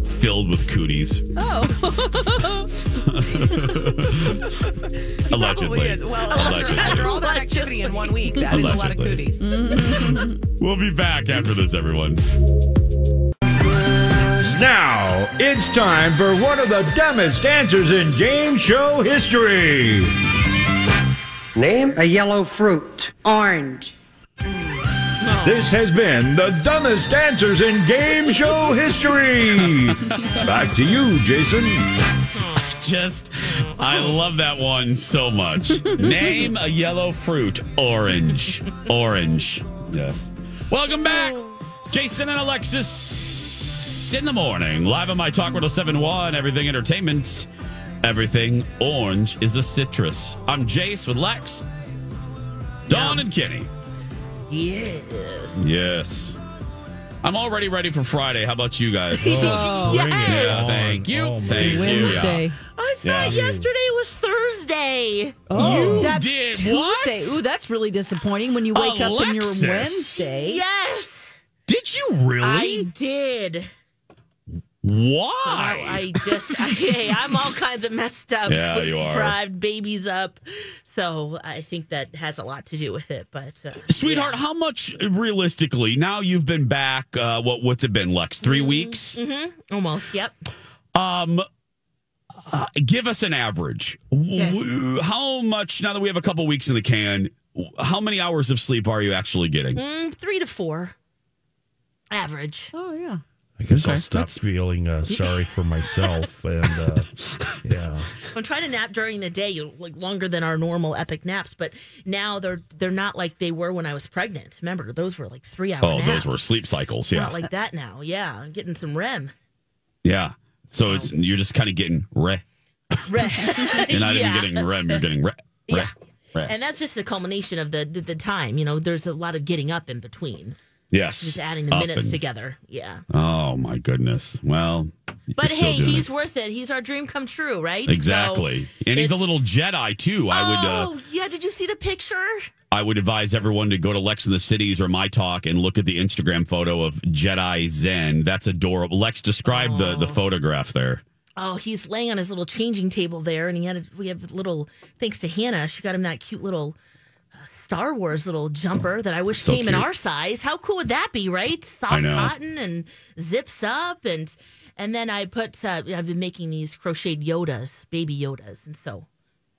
[SPEAKER 2] filled with cooties,
[SPEAKER 12] <laughs> Oh.
[SPEAKER 2] allegedly.
[SPEAKER 12] is. Well, after,
[SPEAKER 2] allegedly.
[SPEAKER 12] after all that activity in one week, that is a lot of
[SPEAKER 2] Allegedly.
[SPEAKER 12] cooties.
[SPEAKER 2] We'll be back after this, everyone.
[SPEAKER 4] Now it's time for one of the dumbest answers in game show history. Name a yellow fruit. Orange. This has been the dumbest answers in game
[SPEAKER 12] <laughs>
[SPEAKER 4] show history. Back to you, Jason.
[SPEAKER 2] Just, I love that one so much. Name a yellow fruit. Orange. Orange. Yes. Welcome back, Jason and Alexis in the morning, live on my Talk 1071, Everything Entertainment. Everything orange is a citrus. I'm Jace with Lex, Dawn, and Kenny.
[SPEAKER 8] Yes.
[SPEAKER 2] Yes. I'm already ready for Friday. How about you
[SPEAKER 8] <laughs>
[SPEAKER 2] guys?
[SPEAKER 8] Oh, bring it
[SPEAKER 2] Yeah,
[SPEAKER 8] on.
[SPEAKER 2] thank you.
[SPEAKER 8] Oh, my
[SPEAKER 2] thank you.
[SPEAKER 3] Wednesday.
[SPEAKER 8] I
[SPEAKER 2] Yeah.
[SPEAKER 8] thought yesterday was Thursday.
[SPEAKER 3] Oh, that's
[SPEAKER 2] did
[SPEAKER 3] Tuesday.
[SPEAKER 2] what?
[SPEAKER 3] Ooh, that's really disappointing when you wake up and
[SPEAKER 2] Alexis.
[SPEAKER 3] you're Wednesday.
[SPEAKER 8] Yes.
[SPEAKER 2] Did you really?
[SPEAKER 8] I <laughs> did. So I
[SPEAKER 2] Why?
[SPEAKER 8] just, I, hey, I'm all kinds of messed up.
[SPEAKER 2] Yeah, you are.
[SPEAKER 8] Deprived, babies up. So I think that has a lot to do with it. But <laughs> uh,
[SPEAKER 2] Sweetheart, how much uh, realistically? Now you've been back. Uh, what what's it been, Lex? 3 weeks.
[SPEAKER 8] hmm almost, yep.
[SPEAKER 2] Um, uh, give us an average. W- How much? Now that we have a couple weeks in the can, w- how many hours of sleep are you actually getting?
[SPEAKER 8] Mm, three to four, average.
[SPEAKER 3] Oh yeah.
[SPEAKER 7] I guess I'll
[SPEAKER 2] Okay.
[SPEAKER 7] stop
[SPEAKER 8] <laughs>
[SPEAKER 7] feeling uh, sorry for myself. And uh, yeah,
[SPEAKER 8] I'm trying to nap during the day, you like longer than our normal epic naps. But now they're they're not like they were when I was pregnant. Remember, those were like three hour.
[SPEAKER 2] Oh,
[SPEAKER 8] naps.
[SPEAKER 2] those were sleep cycles.
[SPEAKER 8] It's
[SPEAKER 2] Yeah,
[SPEAKER 8] Not like that now. Yeah, I'm getting some REM. <laughs>
[SPEAKER 2] yeah. So it's you're just kind of getting re.
[SPEAKER 8] REM.
[SPEAKER 2] You're
[SPEAKER 8] <laughs>
[SPEAKER 2] not
[SPEAKER 8] yeah.
[SPEAKER 2] even getting REM. You're getting re. re
[SPEAKER 8] Yeah.
[SPEAKER 2] re.
[SPEAKER 8] And that's just a culmination of the, the the time. You know, there's a lot of getting up in between.
[SPEAKER 2] yes.
[SPEAKER 8] Just adding the
[SPEAKER 2] Up
[SPEAKER 8] minutes
[SPEAKER 2] and-
[SPEAKER 8] together. Yeah.
[SPEAKER 2] Oh my goodness. Well,
[SPEAKER 8] But
[SPEAKER 2] you're still
[SPEAKER 8] hey,
[SPEAKER 2] doing
[SPEAKER 8] he's
[SPEAKER 2] it.
[SPEAKER 8] worth it. He's our dream come true, right?
[SPEAKER 2] exactly,
[SPEAKER 8] So
[SPEAKER 2] and he's a
[SPEAKER 8] it's-
[SPEAKER 2] little Jedi too. I would. Uh,
[SPEAKER 8] Oh yeah, did you see the picture?
[SPEAKER 2] I would advise everyone to go to Lex in the Cities or My Talk and look at the Instagram photo of Jedi Zen. That's adorable. Lex, describe the, the photograph there.
[SPEAKER 8] Oh, he's laying on his little changing table there, and he had a, we have a little thanks to Hannah, she got him that cute little uh, Star Wars little jumper that I wish
[SPEAKER 2] So
[SPEAKER 8] came in
[SPEAKER 2] cute.
[SPEAKER 8] our size. How cool would that be, right? Soft
[SPEAKER 2] know.
[SPEAKER 8] cotton and zips up, and and then I put uh, I've been making these crocheted Yodas, baby Yodas, and so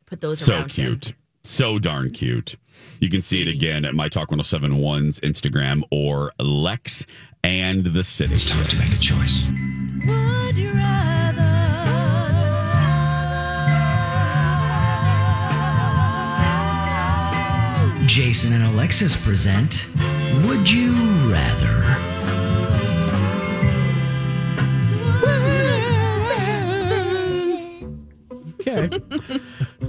[SPEAKER 8] put those
[SPEAKER 2] So
[SPEAKER 8] around
[SPEAKER 2] cute. So darn cute. You can see it again at My Talk 1071's Instagram or Lex and the City. It's time to make a choice.
[SPEAKER 8] him.
[SPEAKER 9] Jason and Alexis present Would You Rather?
[SPEAKER 2] Okay.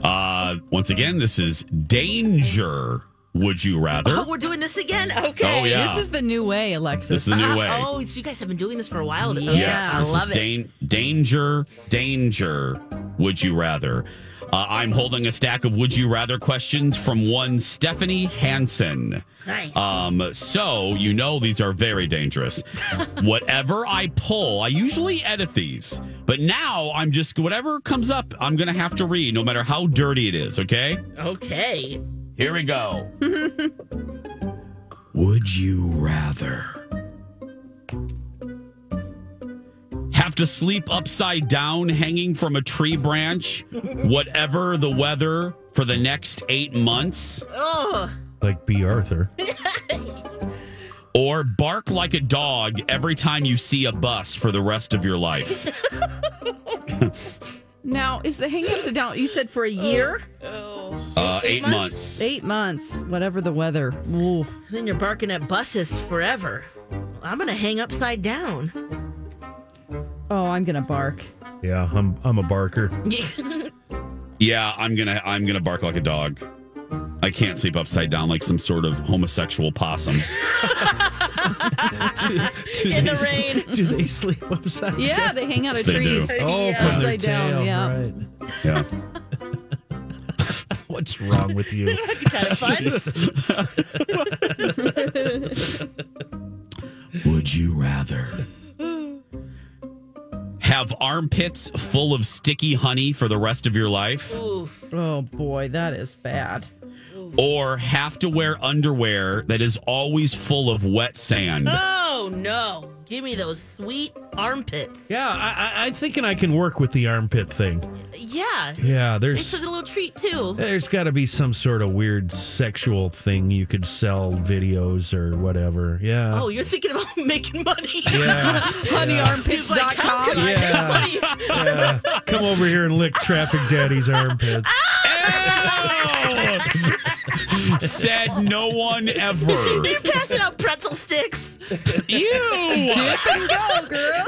[SPEAKER 2] uh, once again, this is danger. Would you rather?
[SPEAKER 8] Oh, we're doing this again. Okay.
[SPEAKER 2] Oh, yeah.
[SPEAKER 3] This is the new way, Alexis.
[SPEAKER 2] This is the new
[SPEAKER 8] Uh,
[SPEAKER 2] way.
[SPEAKER 8] oh, so you guys have been doing this for a while.
[SPEAKER 2] Yes,
[SPEAKER 8] Okay, I
[SPEAKER 2] this
[SPEAKER 8] love
[SPEAKER 2] is
[SPEAKER 8] it.
[SPEAKER 2] dan- danger, danger. Would you rather? Uh, I'm holding a stack of would you rather questions from one Stephanie Hansen.
[SPEAKER 8] Nice.
[SPEAKER 2] Um, so you know these are
[SPEAKER 8] <laughs>
[SPEAKER 2] very dangerous. whatever I pull, I usually edit these, but now I'm just whatever comes up, I'm gonna have to read, no matter how dirty it is. Okay,
[SPEAKER 8] Okay.
[SPEAKER 2] here
[SPEAKER 8] <laughs>
[SPEAKER 2] we go. Would you rather have to sleep upside down hanging from a tree branch, whatever the weather for the next eight months,
[SPEAKER 8] Oh.
[SPEAKER 7] Like B. Arthur.
[SPEAKER 2] or bark like a dog every time you see a bus for the rest of your life?
[SPEAKER 3] Now, is the hang upside down? You said for a year?
[SPEAKER 2] Uh, eight months.
[SPEAKER 3] Eight months, whatever the weather. Ooh.
[SPEAKER 8] Then you're barking at buses forever. I'm gonna hang upside down.
[SPEAKER 3] Oh, I'm going to bark.
[SPEAKER 7] Yeah, I'm I'm a
[SPEAKER 3] <laughs>
[SPEAKER 7] barker.
[SPEAKER 2] Yeah, I'm gonna I'm gonna bark like a dog. I can't sleep upside down like some sort of homosexual possum.
[SPEAKER 8] In the
[SPEAKER 7] <laughs>
[SPEAKER 9] rain. Do they sleep upside
[SPEAKER 3] Yeah,
[SPEAKER 9] down?
[SPEAKER 3] they hang out of
[SPEAKER 2] They do.
[SPEAKER 3] trees.
[SPEAKER 7] from
[SPEAKER 2] Oh,
[SPEAKER 7] their
[SPEAKER 3] upside down.
[SPEAKER 7] tail,
[SPEAKER 3] yeah.
[SPEAKER 7] right.
[SPEAKER 2] Yeah.
[SPEAKER 7] What's wrong with
[SPEAKER 3] <laughs>
[SPEAKER 7] you? <laughs> Jesus.
[SPEAKER 2] Would you rather have armpits full of sticky honey for the rest of your life
[SPEAKER 3] Oh, boy, that is bad.
[SPEAKER 2] or have to wear underwear that is always full of wet sand?
[SPEAKER 8] Oh no! Give me those sweet armpits.
[SPEAKER 7] yeah, I, I, I'm thinking I can work with the armpit thing.
[SPEAKER 8] Yeah.
[SPEAKER 7] Yeah,
[SPEAKER 8] It's
[SPEAKER 7] there's
[SPEAKER 8] such a little treat too.
[SPEAKER 7] there's got to be some sort of weird sexual thing you could sell videos or whatever. Yeah.
[SPEAKER 8] Oh, you're thinking about <laughs> making money.
[SPEAKER 7] Yeah.
[SPEAKER 8] <laughs> He's like, how can I make <laughs>
[SPEAKER 7] Yeah.
[SPEAKER 8] money?
[SPEAKER 7] yeah. Come over here and lick Traffic Daddy's armpits.
[SPEAKER 2] Said no one ever.
[SPEAKER 8] You're passing out pretzel sticks.
[SPEAKER 2] Ew!
[SPEAKER 3] and go, girl.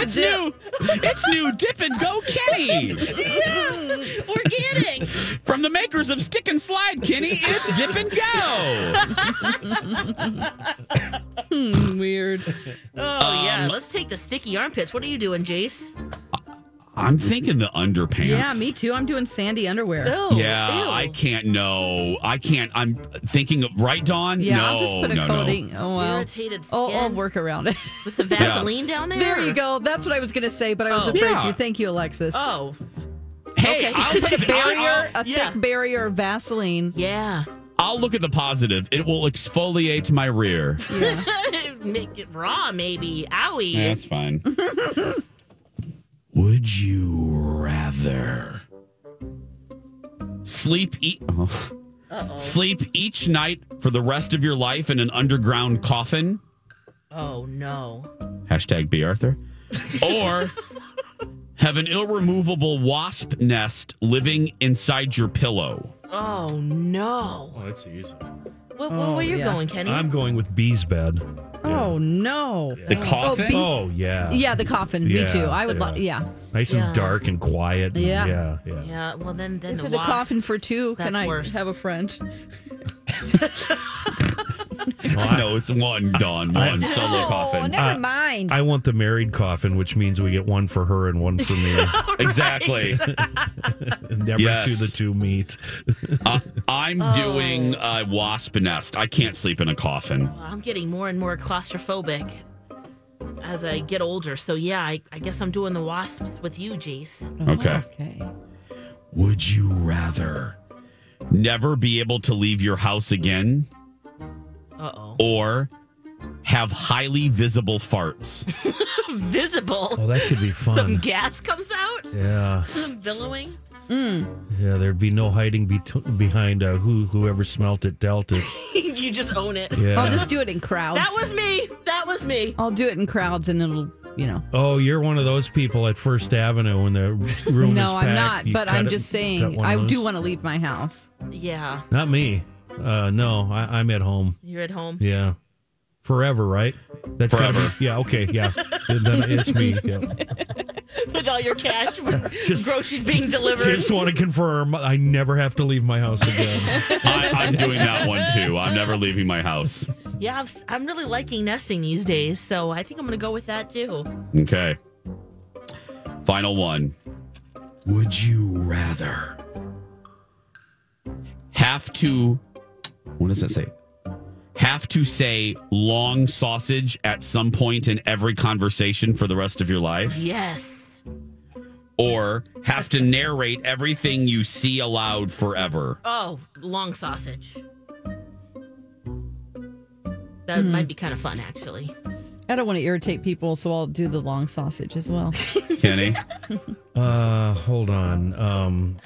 [SPEAKER 2] It's new. It's new Dip and Go Kenny
[SPEAKER 8] Yeah,
[SPEAKER 2] <laughs>
[SPEAKER 8] organic.
[SPEAKER 2] from the makers of Stick and Slide Kenny. It's Dip and Go.
[SPEAKER 3] Weird.
[SPEAKER 8] Oh
[SPEAKER 2] Um,
[SPEAKER 8] yeah, let's take the sticky armpits. What are you doing, Jace?
[SPEAKER 2] I'm thinking the underpants.
[SPEAKER 3] Yeah, me too. I'm doing sandy underwear.
[SPEAKER 8] No.
[SPEAKER 2] Yeah,
[SPEAKER 8] Oh, Ew.
[SPEAKER 2] I can't know. I can't. I'm thinking of right, Dawn.
[SPEAKER 3] Yeah,
[SPEAKER 2] no,
[SPEAKER 3] I'll just put a
[SPEAKER 2] no,
[SPEAKER 3] coating. Oh, well.
[SPEAKER 8] Irritated skin.
[SPEAKER 3] I'll, I'll work around it.
[SPEAKER 8] <laughs> With some Vaseline down there.
[SPEAKER 3] There you go. That's what I was going to say, but I was
[SPEAKER 8] Oh.
[SPEAKER 3] afraid
[SPEAKER 2] Yeah.
[SPEAKER 3] you. Thank you, Alexis.
[SPEAKER 8] Oh.
[SPEAKER 2] No. Hey,
[SPEAKER 8] Okay.
[SPEAKER 3] <laughs>
[SPEAKER 2] I'll, put
[SPEAKER 3] barrier, a
[SPEAKER 8] yeah.
[SPEAKER 3] thick barrier of Vaseline.
[SPEAKER 8] Yeah. <laughs>
[SPEAKER 2] I'll look at the positive. It will exfoliate my rear.
[SPEAKER 8] Make it raw, maybe. Owie.
[SPEAKER 2] Yeah, that's fine. <laughs> Would you rather sleep <laughs> eat? Sleep each night for the rest of your life in an underground coffin.
[SPEAKER 8] Oh no.
[SPEAKER 2] Hashtag B Arthur.
[SPEAKER 3] <laughs>
[SPEAKER 2] Or have an irremovable wasp nest living inside your pillow.
[SPEAKER 8] Oh no.
[SPEAKER 7] Oh, that's easy.
[SPEAKER 8] What, what were you
[SPEAKER 3] yeah.
[SPEAKER 8] going, Kenny?
[SPEAKER 7] Oh, I'm going with Bee's bed.
[SPEAKER 3] Oh no.
[SPEAKER 2] The coffin.
[SPEAKER 3] Bee-
[SPEAKER 7] Oh yeah.
[SPEAKER 3] Yeah, the coffin.
[SPEAKER 7] Yeah,
[SPEAKER 3] Me too. I would. Li- yeah.
[SPEAKER 7] Nice
[SPEAKER 8] Yeah.
[SPEAKER 7] and dark and quiet. and-
[SPEAKER 3] Yeah.
[SPEAKER 7] Yeah. Yeah.
[SPEAKER 8] yeah. Uh, Well, then, then
[SPEAKER 3] This
[SPEAKER 8] the
[SPEAKER 3] is a
[SPEAKER 8] wasp.
[SPEAKER 3] coffin for two. Can
[SPEAKER 8] That's
[SPEAKER 3] I
[SPEAKER 8] worse.
[SPEAKER 3] have a friend?
[SPEAKER 2] no, it's one Dawn,
[SPEAKER 3] <laughs>
[SPEAKER 2] one solo coffin.
[SPEAKER 3] never
[SPEAKER 7] Uh,
[SPEAKER 3] mind.
[SPEAKER 7] I want the married coffin, which means we get one for her and one for
[SPEAKER 8] <laughs>
[SPEAKER 7] me. <laughs>
[SPEAKER 2] Exactly.
[SPEAKER 7] Never
[SPEAKER 2] Yes.
[SPEAKER 7] to the two meet.
[SPEAKER 2] Uh, I'm doing a wasp nest. I can't sleep in a coffin.
[SPEAKER 8] Well, I'm getting more and more claustrophobic as I get older. So yeah, I, I guess I'm doing the wasps with you, Jace.
[SPEAKER 2] Okay.
[SPEAKER 3] okay.
[SPEAKER 2] Would you rather never be able to leave your house again
[SPEAKER 8] Uh oh.
[SPEAKER 2] or have highly visible farts?
[SPEAKER 7] <laughs> Oh,
[SPEAKER 8] Visible. <laughs>
[SPEAKER 7] that could be
[SPEAKER 8] Some
[SPEAKER 7] fun.
[SPEAKER 8] gas comes out.
[SPEAKER 7] yeah.
[SPEAKER 8] Some billowing.
[SPEAKER 7] Yeah. There'd be no hiding bet- behind uh, who whoever smelt it dealt it.
[SPEAKER 8] <laughs> you just own it.
[SPEAKER 7] Yeah.
[SPEAKER 3] I'll just do it in crowds.
[SPEAKER 8] That was me. That was me.
[SPEAKER 3] I'll do it in crowds, and it'll. You know.
[SPEAKER 7] Oh, you're one of those people at First Avenue when the room is
[SPEAKER 3] no,
[SPEAKER 7] packed.
[SPEAKER 3] I'm not.
[SPEAKER 7] you
[SPEAKER 3] but
[SPEAKER 7] cut
[SPEAKER 3] I'm
[SPEAKER 7] it-
[SPEAKER 3] just
[SPEAKER 7] cut
[SPEAKER 3] saying,
[SPEAKER 7] one
[SPEAKER 3] I
[SPEAKER 7] loose.
[SPEAKER 3] do want to leave my house.
[SPEAKER 8] Yeah.
[SPEAKER 7] Not me. Uh, no, I, I'm at home.
[SPEAKER 8] You're at home.
[SPEAKER 7] Yeah. Forever, right? That's gotta
[SPEAKER 2] Forever.
[SPEAKER 7] be. Yeah, okay, yeah. then it's me. Yeah.
[SPEAKER 8] <laughs> With all your cash, with
[SPEAKER 7] <laughs> Just-
[SPEAKER 8] groceries being delivered.
[SPEAKER 7] Just want to confirm I never have to leave my house again.
[SPEAKER 2] I, I'm doing that one too. I'm never leaving my house.
[SPEAKER 8] Yeah, I've, I'm really liking nesting these days, so I think I'm going to go with that too.
[SPEAKER 2] Okay. Final one. Would you rather have to, what does that say? Have to say long sausage at some point in every conversation for the rest of your life?
[SPEAKER 8] Yes.
[SPEAKER 2] Or have to narrate everything you see aloud forever?
[SPEAKER 8] Oh, long sausage. That
[SPEAKER 3] Hmm.
[SPEAKER 8] might be kind of fun, actually.
[SPEAKER 3] I don't want to irritate people, so I'll do the long sausage as well.
[SPEAKER 2] Kenny?
[SPEAKER 7] Uh, hold on. Um,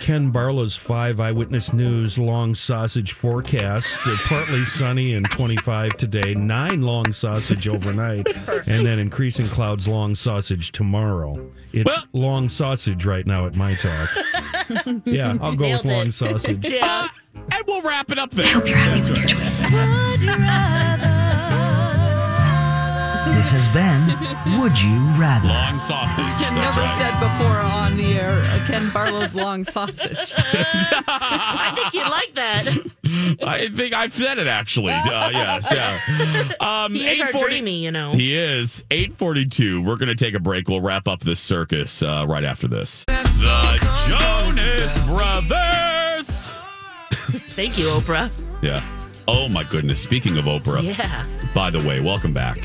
[SPEAKER 7] Ken Barlow's five eyewitness news long sausage forecast: uh, partly sunny and 25 today, nine long sausage overnight, and then increasing clouds. Long sausage tomorrow. It's long sausage right now at my
[SPEAKER 2] <laughs>
[SPEAKER 7] talk. Yeah, I'll go with
[SPEAKER 2] Nailed it.
[SPEAKER 7] long sausage.
[SPEAKER 2] Yeah. And we'll wrap it up there.
[SPEAKER 9] This has been Would You Rather?
[SPEAKER 2] Long sausage. That's
[SPEAKER 3] Never
[SPEAKER 2] right.
[SPEAKER 3] said before on the air uh, Ken Barlow's long sausage.
[SPEAKER 8] I think you'd like that.
[SPEAKER 2] I think I've said it actually. Uh, yes,
[SPEAKER 8] <laughs>
[SPEAKER 2] yeah. Um,
[SPEAKER 8] He is our
[SPEAKER 2] 840
[SPEAKER 8] dreamy, you know.
[SPEAKER 2] He is. 842. We're going to take a break. We'll wrap up this circus uh, right after this. The Jonas Brothers.
[SPEAKER 8] Thank you, Oprah.
[SPEAKER 2] Yeah. Oh, my goodness. Speaking of Oprah.
[SPEAKER 8] Yeah.
[SPEAKER 2] By the way, welcome back.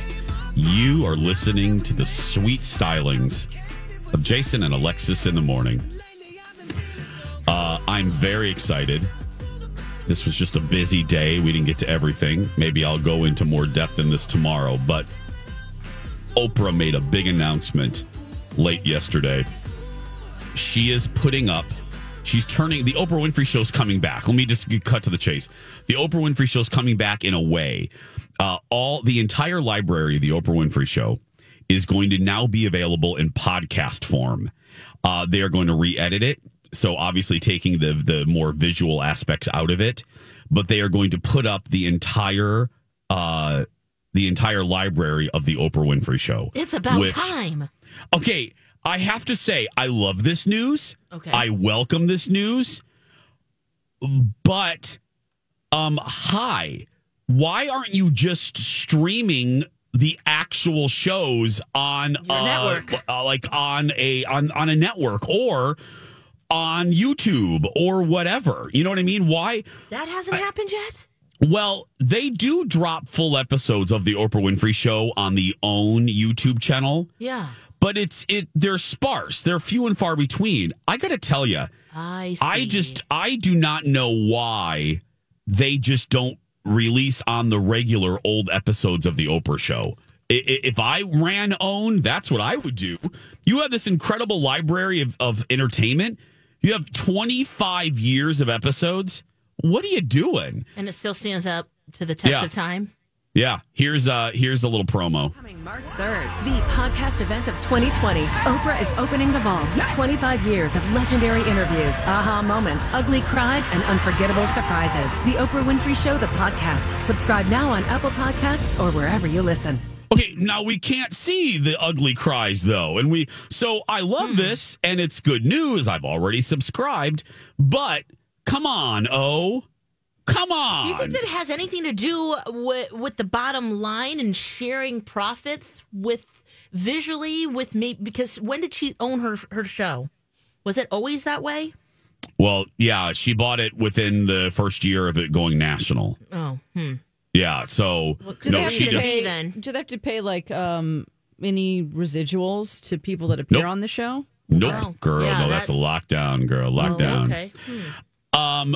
[SPEAKER 2] You are listening to the sweet stylings of Jason and Alexis in the morning. Uh, I'm very excited. This was just a busy day. We didn't get to everything. Maybe I'll go into more depth in this tomorrow, but Oprah made a big announcement late yesterday. She is putting up, she's turning, the Oprah Winfrey Show's coming back. Let me just get- cut to the chase. The Oprah Winfrey Show's coming back in a way. Uh, all the entire library of the Oprah Winfrey Show is going to now be available in podcast form. Uh, they are going to re edit it. So obviously taking the the more visual aspects out of it, but they are going to put up the entire uh the entire library of the Oprah Winfrey Show.
[SPEAKER 8] It's about
[SPEAKER 2] which-
[SPEAKER 8] time.
[SPEAKER 2] Okay, I have to say I love this news.
[SPEAKER 8] Okay.
[SPEAKER 2] I welcome this news. But um hi, why aren't you just streaming the actual shows on uh,
[SPEAKER 8] network.
[SPEAKER 2] uh, like on a on on a network or on YouTube or whatever. You know what I mean? Why
[SPEAKER 8] That hasn't happened yet?
[SPEAKER 2] well, they do drop full episodes of the Oprah Winfrey Show on the own YouTube channel,
[SPEAKER 8] Yeah.
[SPEAKER 2] but it's it they're sparse. They're few and far between. I got to tell you,
[SPEAKER 8] I see.
[SPEAKER 2] I just I do not know why they just don't release on the regular old episodes of the Oprah Show. I- i- If I ran own, that's what I would do. You have this incredible library of, of entertainment. You have 25 years of episodes. What are you doing?
[SPEAKER 8] And it still stands up to the test
[SPEAKER 2] Yeah.
[SPEAKER 8] of time.
[SPEAKER 2] Yeah, here's uh here's a little promo.
[SPEAKER 15] March 3rd, the podcast event of 2020. Oprah is opening the vault. 25 years of legendary interviews, aha moments, ugly cries, and unforgettable surprises. The Oprah Winfrey Show, the podcast. Subscribe now on Apple Podcasts or wherever you listen.
[SPEAKER 2] Okay, now we can't see the ugly cries though, and we so I
[SPEAKER 8] Hmm.
[SPEAKER 2] love this and it's good news. I've already subscribed, but come on, oh, come on.
[SPEAKER 8] You think that has anything to do with, with the bottom line and sharing profits with visually with me? Because when did she own her her show? Was it always that way?
[SPEAKER 2] well, yeah, she bought it within the first year of it going national.
[SPEAKER 8] Oh, hmm.
[SPEAKER 2] Yeah, so
[SPEAKER 3] Do they
[SPEAKER 2] no,
[SPEAKER 3] have
[SPEAKER 2] she
[SPEAKER 3] to
[SPEAKER 2] just
[SPEAKER 3] pay, Do they have to pay like um, any residuals to people that appear on the show?
[SPEAKER 2] nope,
[SPEAKER 3] Wow.
[SPEAKER 2] girl,
[SPEAKER 3] Yeah,
[SPEAKER 2] no, that's, a lockdown, girl,
[SPEAKER 3] Oh,
[SPEAKER 2] lockdown. Um,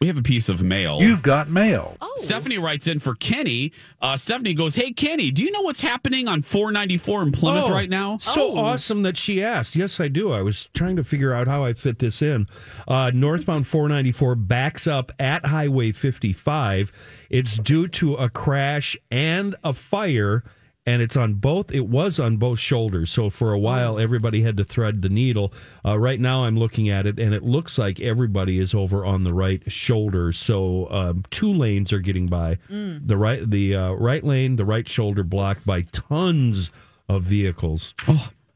[SPEAKER 2] we have a piece of mail. You've
[SPEAKER 7] got mail.
[SPEAKER 2] Stephanie writes in for Kenny. Uh, Stephanie goes, "Hey Kenny, do you know what's happening on 494 in Plymouth
[SPEAKER 7] Oh,
[SPEAKER 2] right now?"
[SPEAKER 7] So awesome that she asked. Yes, I do. I was trying to figure out how I fit this in. Uh, northbound 494 backs up at Highway 55. It's due to a crash and a fire and it's on both. It was on both shoulders, so for a while everybody had to thread the needle. Uh, right now, I'm looking at it, and it looks like everybody is over on the right shoulder. So um, two lanes are getting by
[SPEAKER 16] Mm.
[SPEAKER 7] the right, the uh, right lane, the right shoulder blocked by tons of vehicles.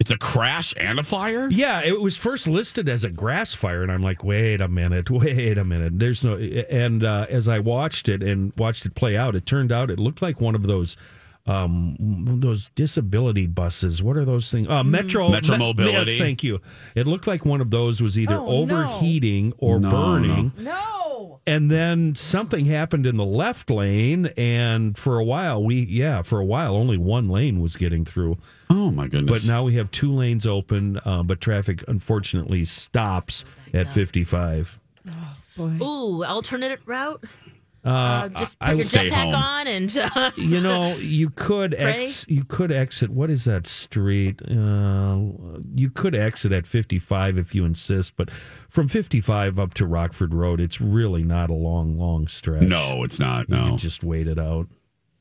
[SPEAKER 2] It's a crash and a fire?
[SPEAKER 7] Yeah, it was first listed as a grass fire, and I'm like, wait a minute, <laughs> wait a minute. There's no. And uh, as I watched it and watched it play out, it turned out it looked like one of those. Um, those disability buses. What are those things?
[SPEAKER 2] Hmm.
[SPEAKER 7] Uh, Metro
[SPEAKER 2] Metro
[SPEAKER 7] Me-
[SPEAKER 2] Mobility.
[SPEAKER 7] yes, thank you. It looked like one of those was either
[SPEAKER 2] Oh,
[SPEAKER 7] overheating or
[SPEAKER 2] No,
[SPEAKER 7] burning.
[SPEAKER 3] No.
[SPEAKER 7] And then something happened in the left lane, and for a while we yeah, for a while only one lane was getting through.
[SPEAKER 2] Oh my goodness!
[SPEAKER 7] But now we have two lanes open, uh, but traffic unfortunately stops at fifty five.
[SPEAKER 8] Ooh, alternate route.
[SPEAKER 7] Uh,
[SPEAKER 8] Uh, just put
[SPEAKER 7] I- I
[SPEAKER 8] your
[SPEAKER 7] would stay
[SPEAKER 8] jetpack
[SPEAKER 7] home.
[SPEAKER 8] on and. <laughs>
[SPEAKER 7] you know, you could
[SPEAKER 8] Pray?
[SPEAKER 7] ex- you could exit. What is that street? Uh, you could exit at fifty five if you insist, but from fifty five up to Rockford Road, it's really not a long, long stretch.
[SPEAKER 2] No, it's not.
[SPEAKER 7] You
[SPEAKER 2] No.
[SPEAKER 7] could just wait it out.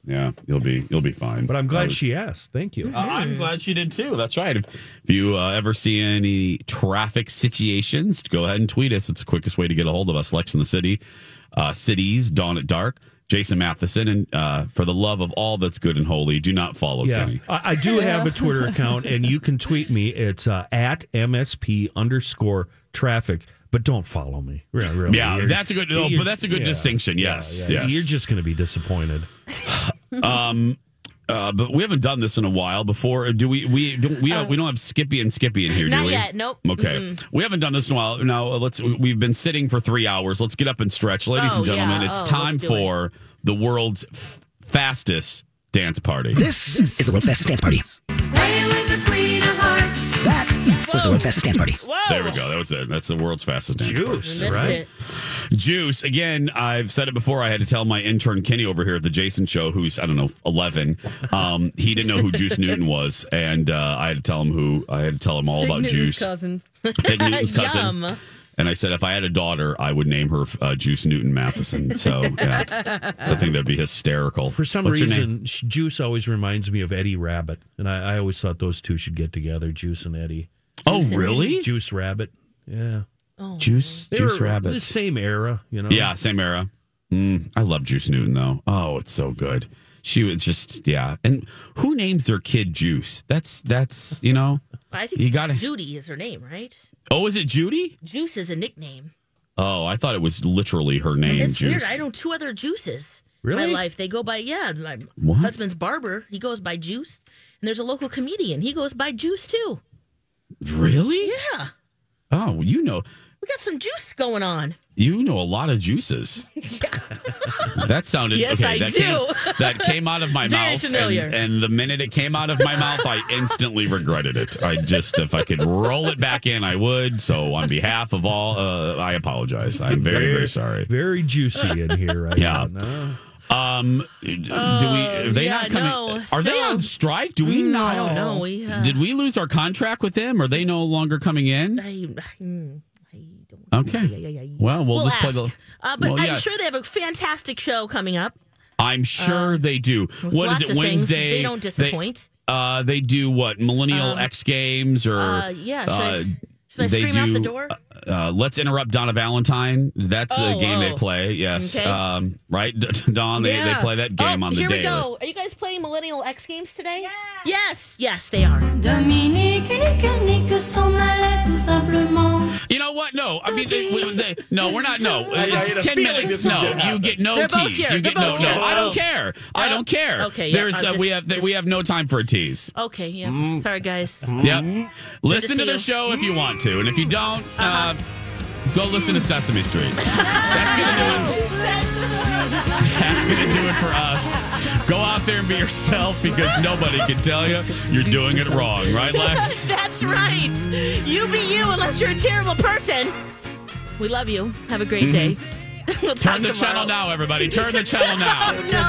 [SPEAKER 2] Yeah, you'll be you'll be fine.
[SPEAKER 7] But I'm glad
[SPEAKER 2] I was-
[SPEAKER 7] she asked. Thank you.
[SPEAKER 2] Uh, I'm glad she did too. That's right. If, if you uh, ever see any traffic situations, go ahead and tweet us. It's the quickest way to get a hold of us. Lex in the city, uh, cities, dawn at dark. Jason Matheson, and uh, for the love of all that's good and holy, do not follow Kenny.
[SPEAKER 7] I, I do have a
[SPEAKER 2] <laughs>
[SPEAKER 7] Twitter account, and you can tweet me. It's uh, at MSP underscore traffic, but don't follow me. Yeah, really.
[SPEAKER 2] Yeah, that's a good- no, but that's a good distinction. Yes, yes.
[SPEAKER 7] You're just going to be disappointed.
[SPEAKER 2] Um, uh, but we haven't done this in a while. Before, do we? We don't. We don't. we don't have Skippy and Skippy in here.
[SPEAKER 8] Not
[SPEAKER 2] do we?
[SPEAKER 8] yet. Nope.
[SPEAKER 2] Okay.
[SPEAKER 8] Mm-mm.
[SPEAKER 2] We haven't done this in a while. Now uh, let's. We've been sitting for three hours. Let's get up and stretch, ladies
[SPEAKER 8] Oh,
[SPEAKER 2] and gentlemen.
[SPEAKER 8] yeah.
[SPEAKER 2] It's
[SPEAKER 8] Oh,
[SPEAKER 2] time
[SPEAKER 8] let's do
[SPEAKER 2] for the world's f- fastest dance party.
[SPEAKER 9] This is the world's fastest dance party.
[SPEAKER 2] This
[SPEAKER 9] is the world's fastest dance party.
[SPEAKER 2] There we go. That was it. That's the world's fastest dance party.
[SPEAKER 9] Juice, We missed right? it.
[SPEAKER 2] Juice. Again, I've said it before. I had to tell my intern Kenny over here at the Jason Show, who's I don't know eleven. Um, he didn't know who Juice Newton was, and uh, I had to tell him who. I had to tell him all about Juice.
[SPEAKER 3] cousin.
[SPEAKER 2] Fig Newton's cousin.
[SPEAKER 3] <laughs> Yum.
[SPEAKER 2] And I said, if I had a daughter, I would name her uh, Juice Newton
[SPEAKER 3] <laughs>
[SPEAKER 2] Matheson. So yeah, I think that'd be hysterical.
[SPEAKER 7] For some reason, sh- Juice always reminds me of Eddie Rabbit, and I, I always thought those two should get together, Juice and Eddie.
[SPEAKER 2] Oh, Juice and really? Eddie?
[SPEAKER 7] Juice Rabbit. Yeah.
[SPEAKER 2] Juice
[SPEAKER 7] They
[SPEAKER 2] Juice
[SPEAKER 7] were
[SPEAKER 2] Rabbit.
[SPEAKER 7] The same era, you know.
[SPEAKER 2] Yeah, same era. Mm, I love Juice Newton though. Oh, it's so good. She was just yeah. And who names their kid Juice? That's that's you know.
[SPEAKER 8] I think
[SPEAKER 2] you got to.
[SPEAKER 8] Judy is her name, right?
[SPEAKER 2] Oh, is it Judy?
[SPEAKER 8] Juice is a nickname.
[SPEAKER 2] Oh, I thought it was literally her name.
[SPEAKER 8] That's
[SPEAKER 2] Juice.
[SPEAKER 8] weird. I know two other juices.
[SPEAKER 2] Really?
[SPEAKER 8] In my life. They go by, yeah, my
[SPEAKER 2] What?
[SPEAKER 8] husband's barber, he goes by Juice. And there's a local comedian, he goes by Juice too.
[SPEAKER 2] Really?
[SPEAKER 8] Yeah.
[SPEAKER 2] Oh, you know,
[SPEAKER 8] We got some juice going on.
[SPEAKER 2] you know a lot
[SPEAKER 8] <laughs>
[SPEAKER 2] of juices. That sounded
[SPEAKER 8] Yes,
[SPEAKER 2] okay.
[SPEAKER 8] I
[SPEAKER 2] that
[SPEAKER 8] do.
[SPEAKER 2] Came, that came out of my
[SPEAKER 8] Very
[SPEAKER 2] mouth, and-
[SPEAKER 8] familiar.
[SPEAKER 2] And, the minute it came out of my mouth, I instantly regretted it. I just, if I could roll it back in, I would. So, on behalf of all, uh, I apologize. I'm very, very sorry.
[SPEAKER 7] Very juicy in here right
[SPEAKER 2] Yeah.
[SPEAKER 7] now. No.
[SPEAKER 2] Um, do we? Are they
[SPEAKER 8] Oh, yeah,
[SPEAKER 2] not coming?
[SPEAKER 8] no,
[SPEAKER 2] are they on strike? Do we
[SPEAKER 8] Mm,
[SPEAKER 2] not?
[SPEAKER 8] I don't know. We, uh,
[SPEAKER 2] Did we lose our contract with them? Are they no longer coming in?
[SPEAKER 8] I, mm.
[SPEAKER 2] Okay. Well, we'll,
[SPEAKER 8] We'll
[SPEAKER 2] just play
[SPEAKER 8] ask.
[SPEAKER 2] the.
[SPEAKER 8] Uh, but
[SPEAKER 2] Well,
[SPEAKER 8] I'm
[SPEAKER 2] yeah.
[SPEAKER 8] sure they have a fantastic show coming up.
[SPEAKER 2] I'm sure they do.
[SPEAKER 8] with
[SPEAKER 2] What
[SPEAKER 8] Um, lots
[SPEAKER 2] is it?
[SPEAKER 8] of things.
[SPEAKER 2] Wednesday.
[SPEAKER 8] They don't disappoint.
[SPEAKER 2] uh, they do what? Millennial
[SPEAKER 8] Um,
[SPEAKER 2] X Games or?
[SPEAKER 8] uh, yeah, should I-
[SPEAKER 2] uh,
[SPEAKER 8] should I
[SPEAKER 2] they
[SPEAKER 8] scream out the door?
[SPEAKER 2] Uh, let's interrupt Donna Valentine. That's
[SPEAKER 8] Oh,
[SPEAKER 2] a game they
[SPEAKER 8] oh.
[SPEAKER 2] play. Yes,
[SPEAKER 8] Okay.
[SPEAKER 2] um, right, D- D- Don. They, they play that game
[SPEAKER 8] Oh,
[SPEAKER 2] on the
[SPEAKER 8] here
[SPEAKER 2] daily.
[SPEAKER 8] we go. Are you guys playing Millennial X Games today? Yes, yes, they are.
[SPEAKER 5] Dominique, Nique, Nique s'en allait tout simplement.
[SPEAKER 2] You know what? No, I mean, they, we- they- no, we're not. No, it's ten minutes. No, you get no
[SPEAKER 8] They're both
[SPEAKER 2] tease.
[SPEAKER 8] here.
[SPEAKER 2] You get
[SPEAKER 8] They're
[SPEAKER 2] no.
[SPEAKER 8] both
[SPEAKER 2] No,
[SPEAKER 8] here.
[SPEAKER 2] I
[SPEAKER 8] Oh.
[SPEAKER 2] don't care. I don't care.
[SPEAKER 8] Okay, yeah,
[SPEAKER 2] There's
[SPEAKER 8] I'll
[SPEAKER 2] uh, we
[SPEAKER 8] just-
[SPEAKER 2] have we have no time for a tease.
[SPEAKER 8] Okay, yeah.
[SPEAKER 2] Mm.
[SPEAKER 8] Sorry, guys. <laughs>
[SPEAKER 2] Yep. Listen
[SPEAKER 8] see
[SPEAKER 2] to the
[SPEAKER 8] you. Mm. Uh-huh.
[SPEAKER 2] show if you want to, and if you don't, uh go listen to
[SPEAKER 8] <laughs>
[SPEAKER 2] Sesame Street. That's gonna do it for us. Go out there and be yourself because nobody can tell you you're doing it wrong,
[SPEAKER 8] <laughs>
[SPEAKER 2] right, Lex?
[SPEAKER 8] That's right. You be you unless you're a terrible person. We love you. Have a great
[SPEAKER 2] Mm-hmm.
[SPEAKER 8] day. <laughs> We'll talk
[SPEAKER 2] Turn the
[SPEAKER 8] tomorrow.
[SPEAKER 2] channel now, everybody. Turn the channel now.
[SPEAKER 8] No.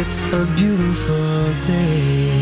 [SPEAKER 9] It's a beautiful day.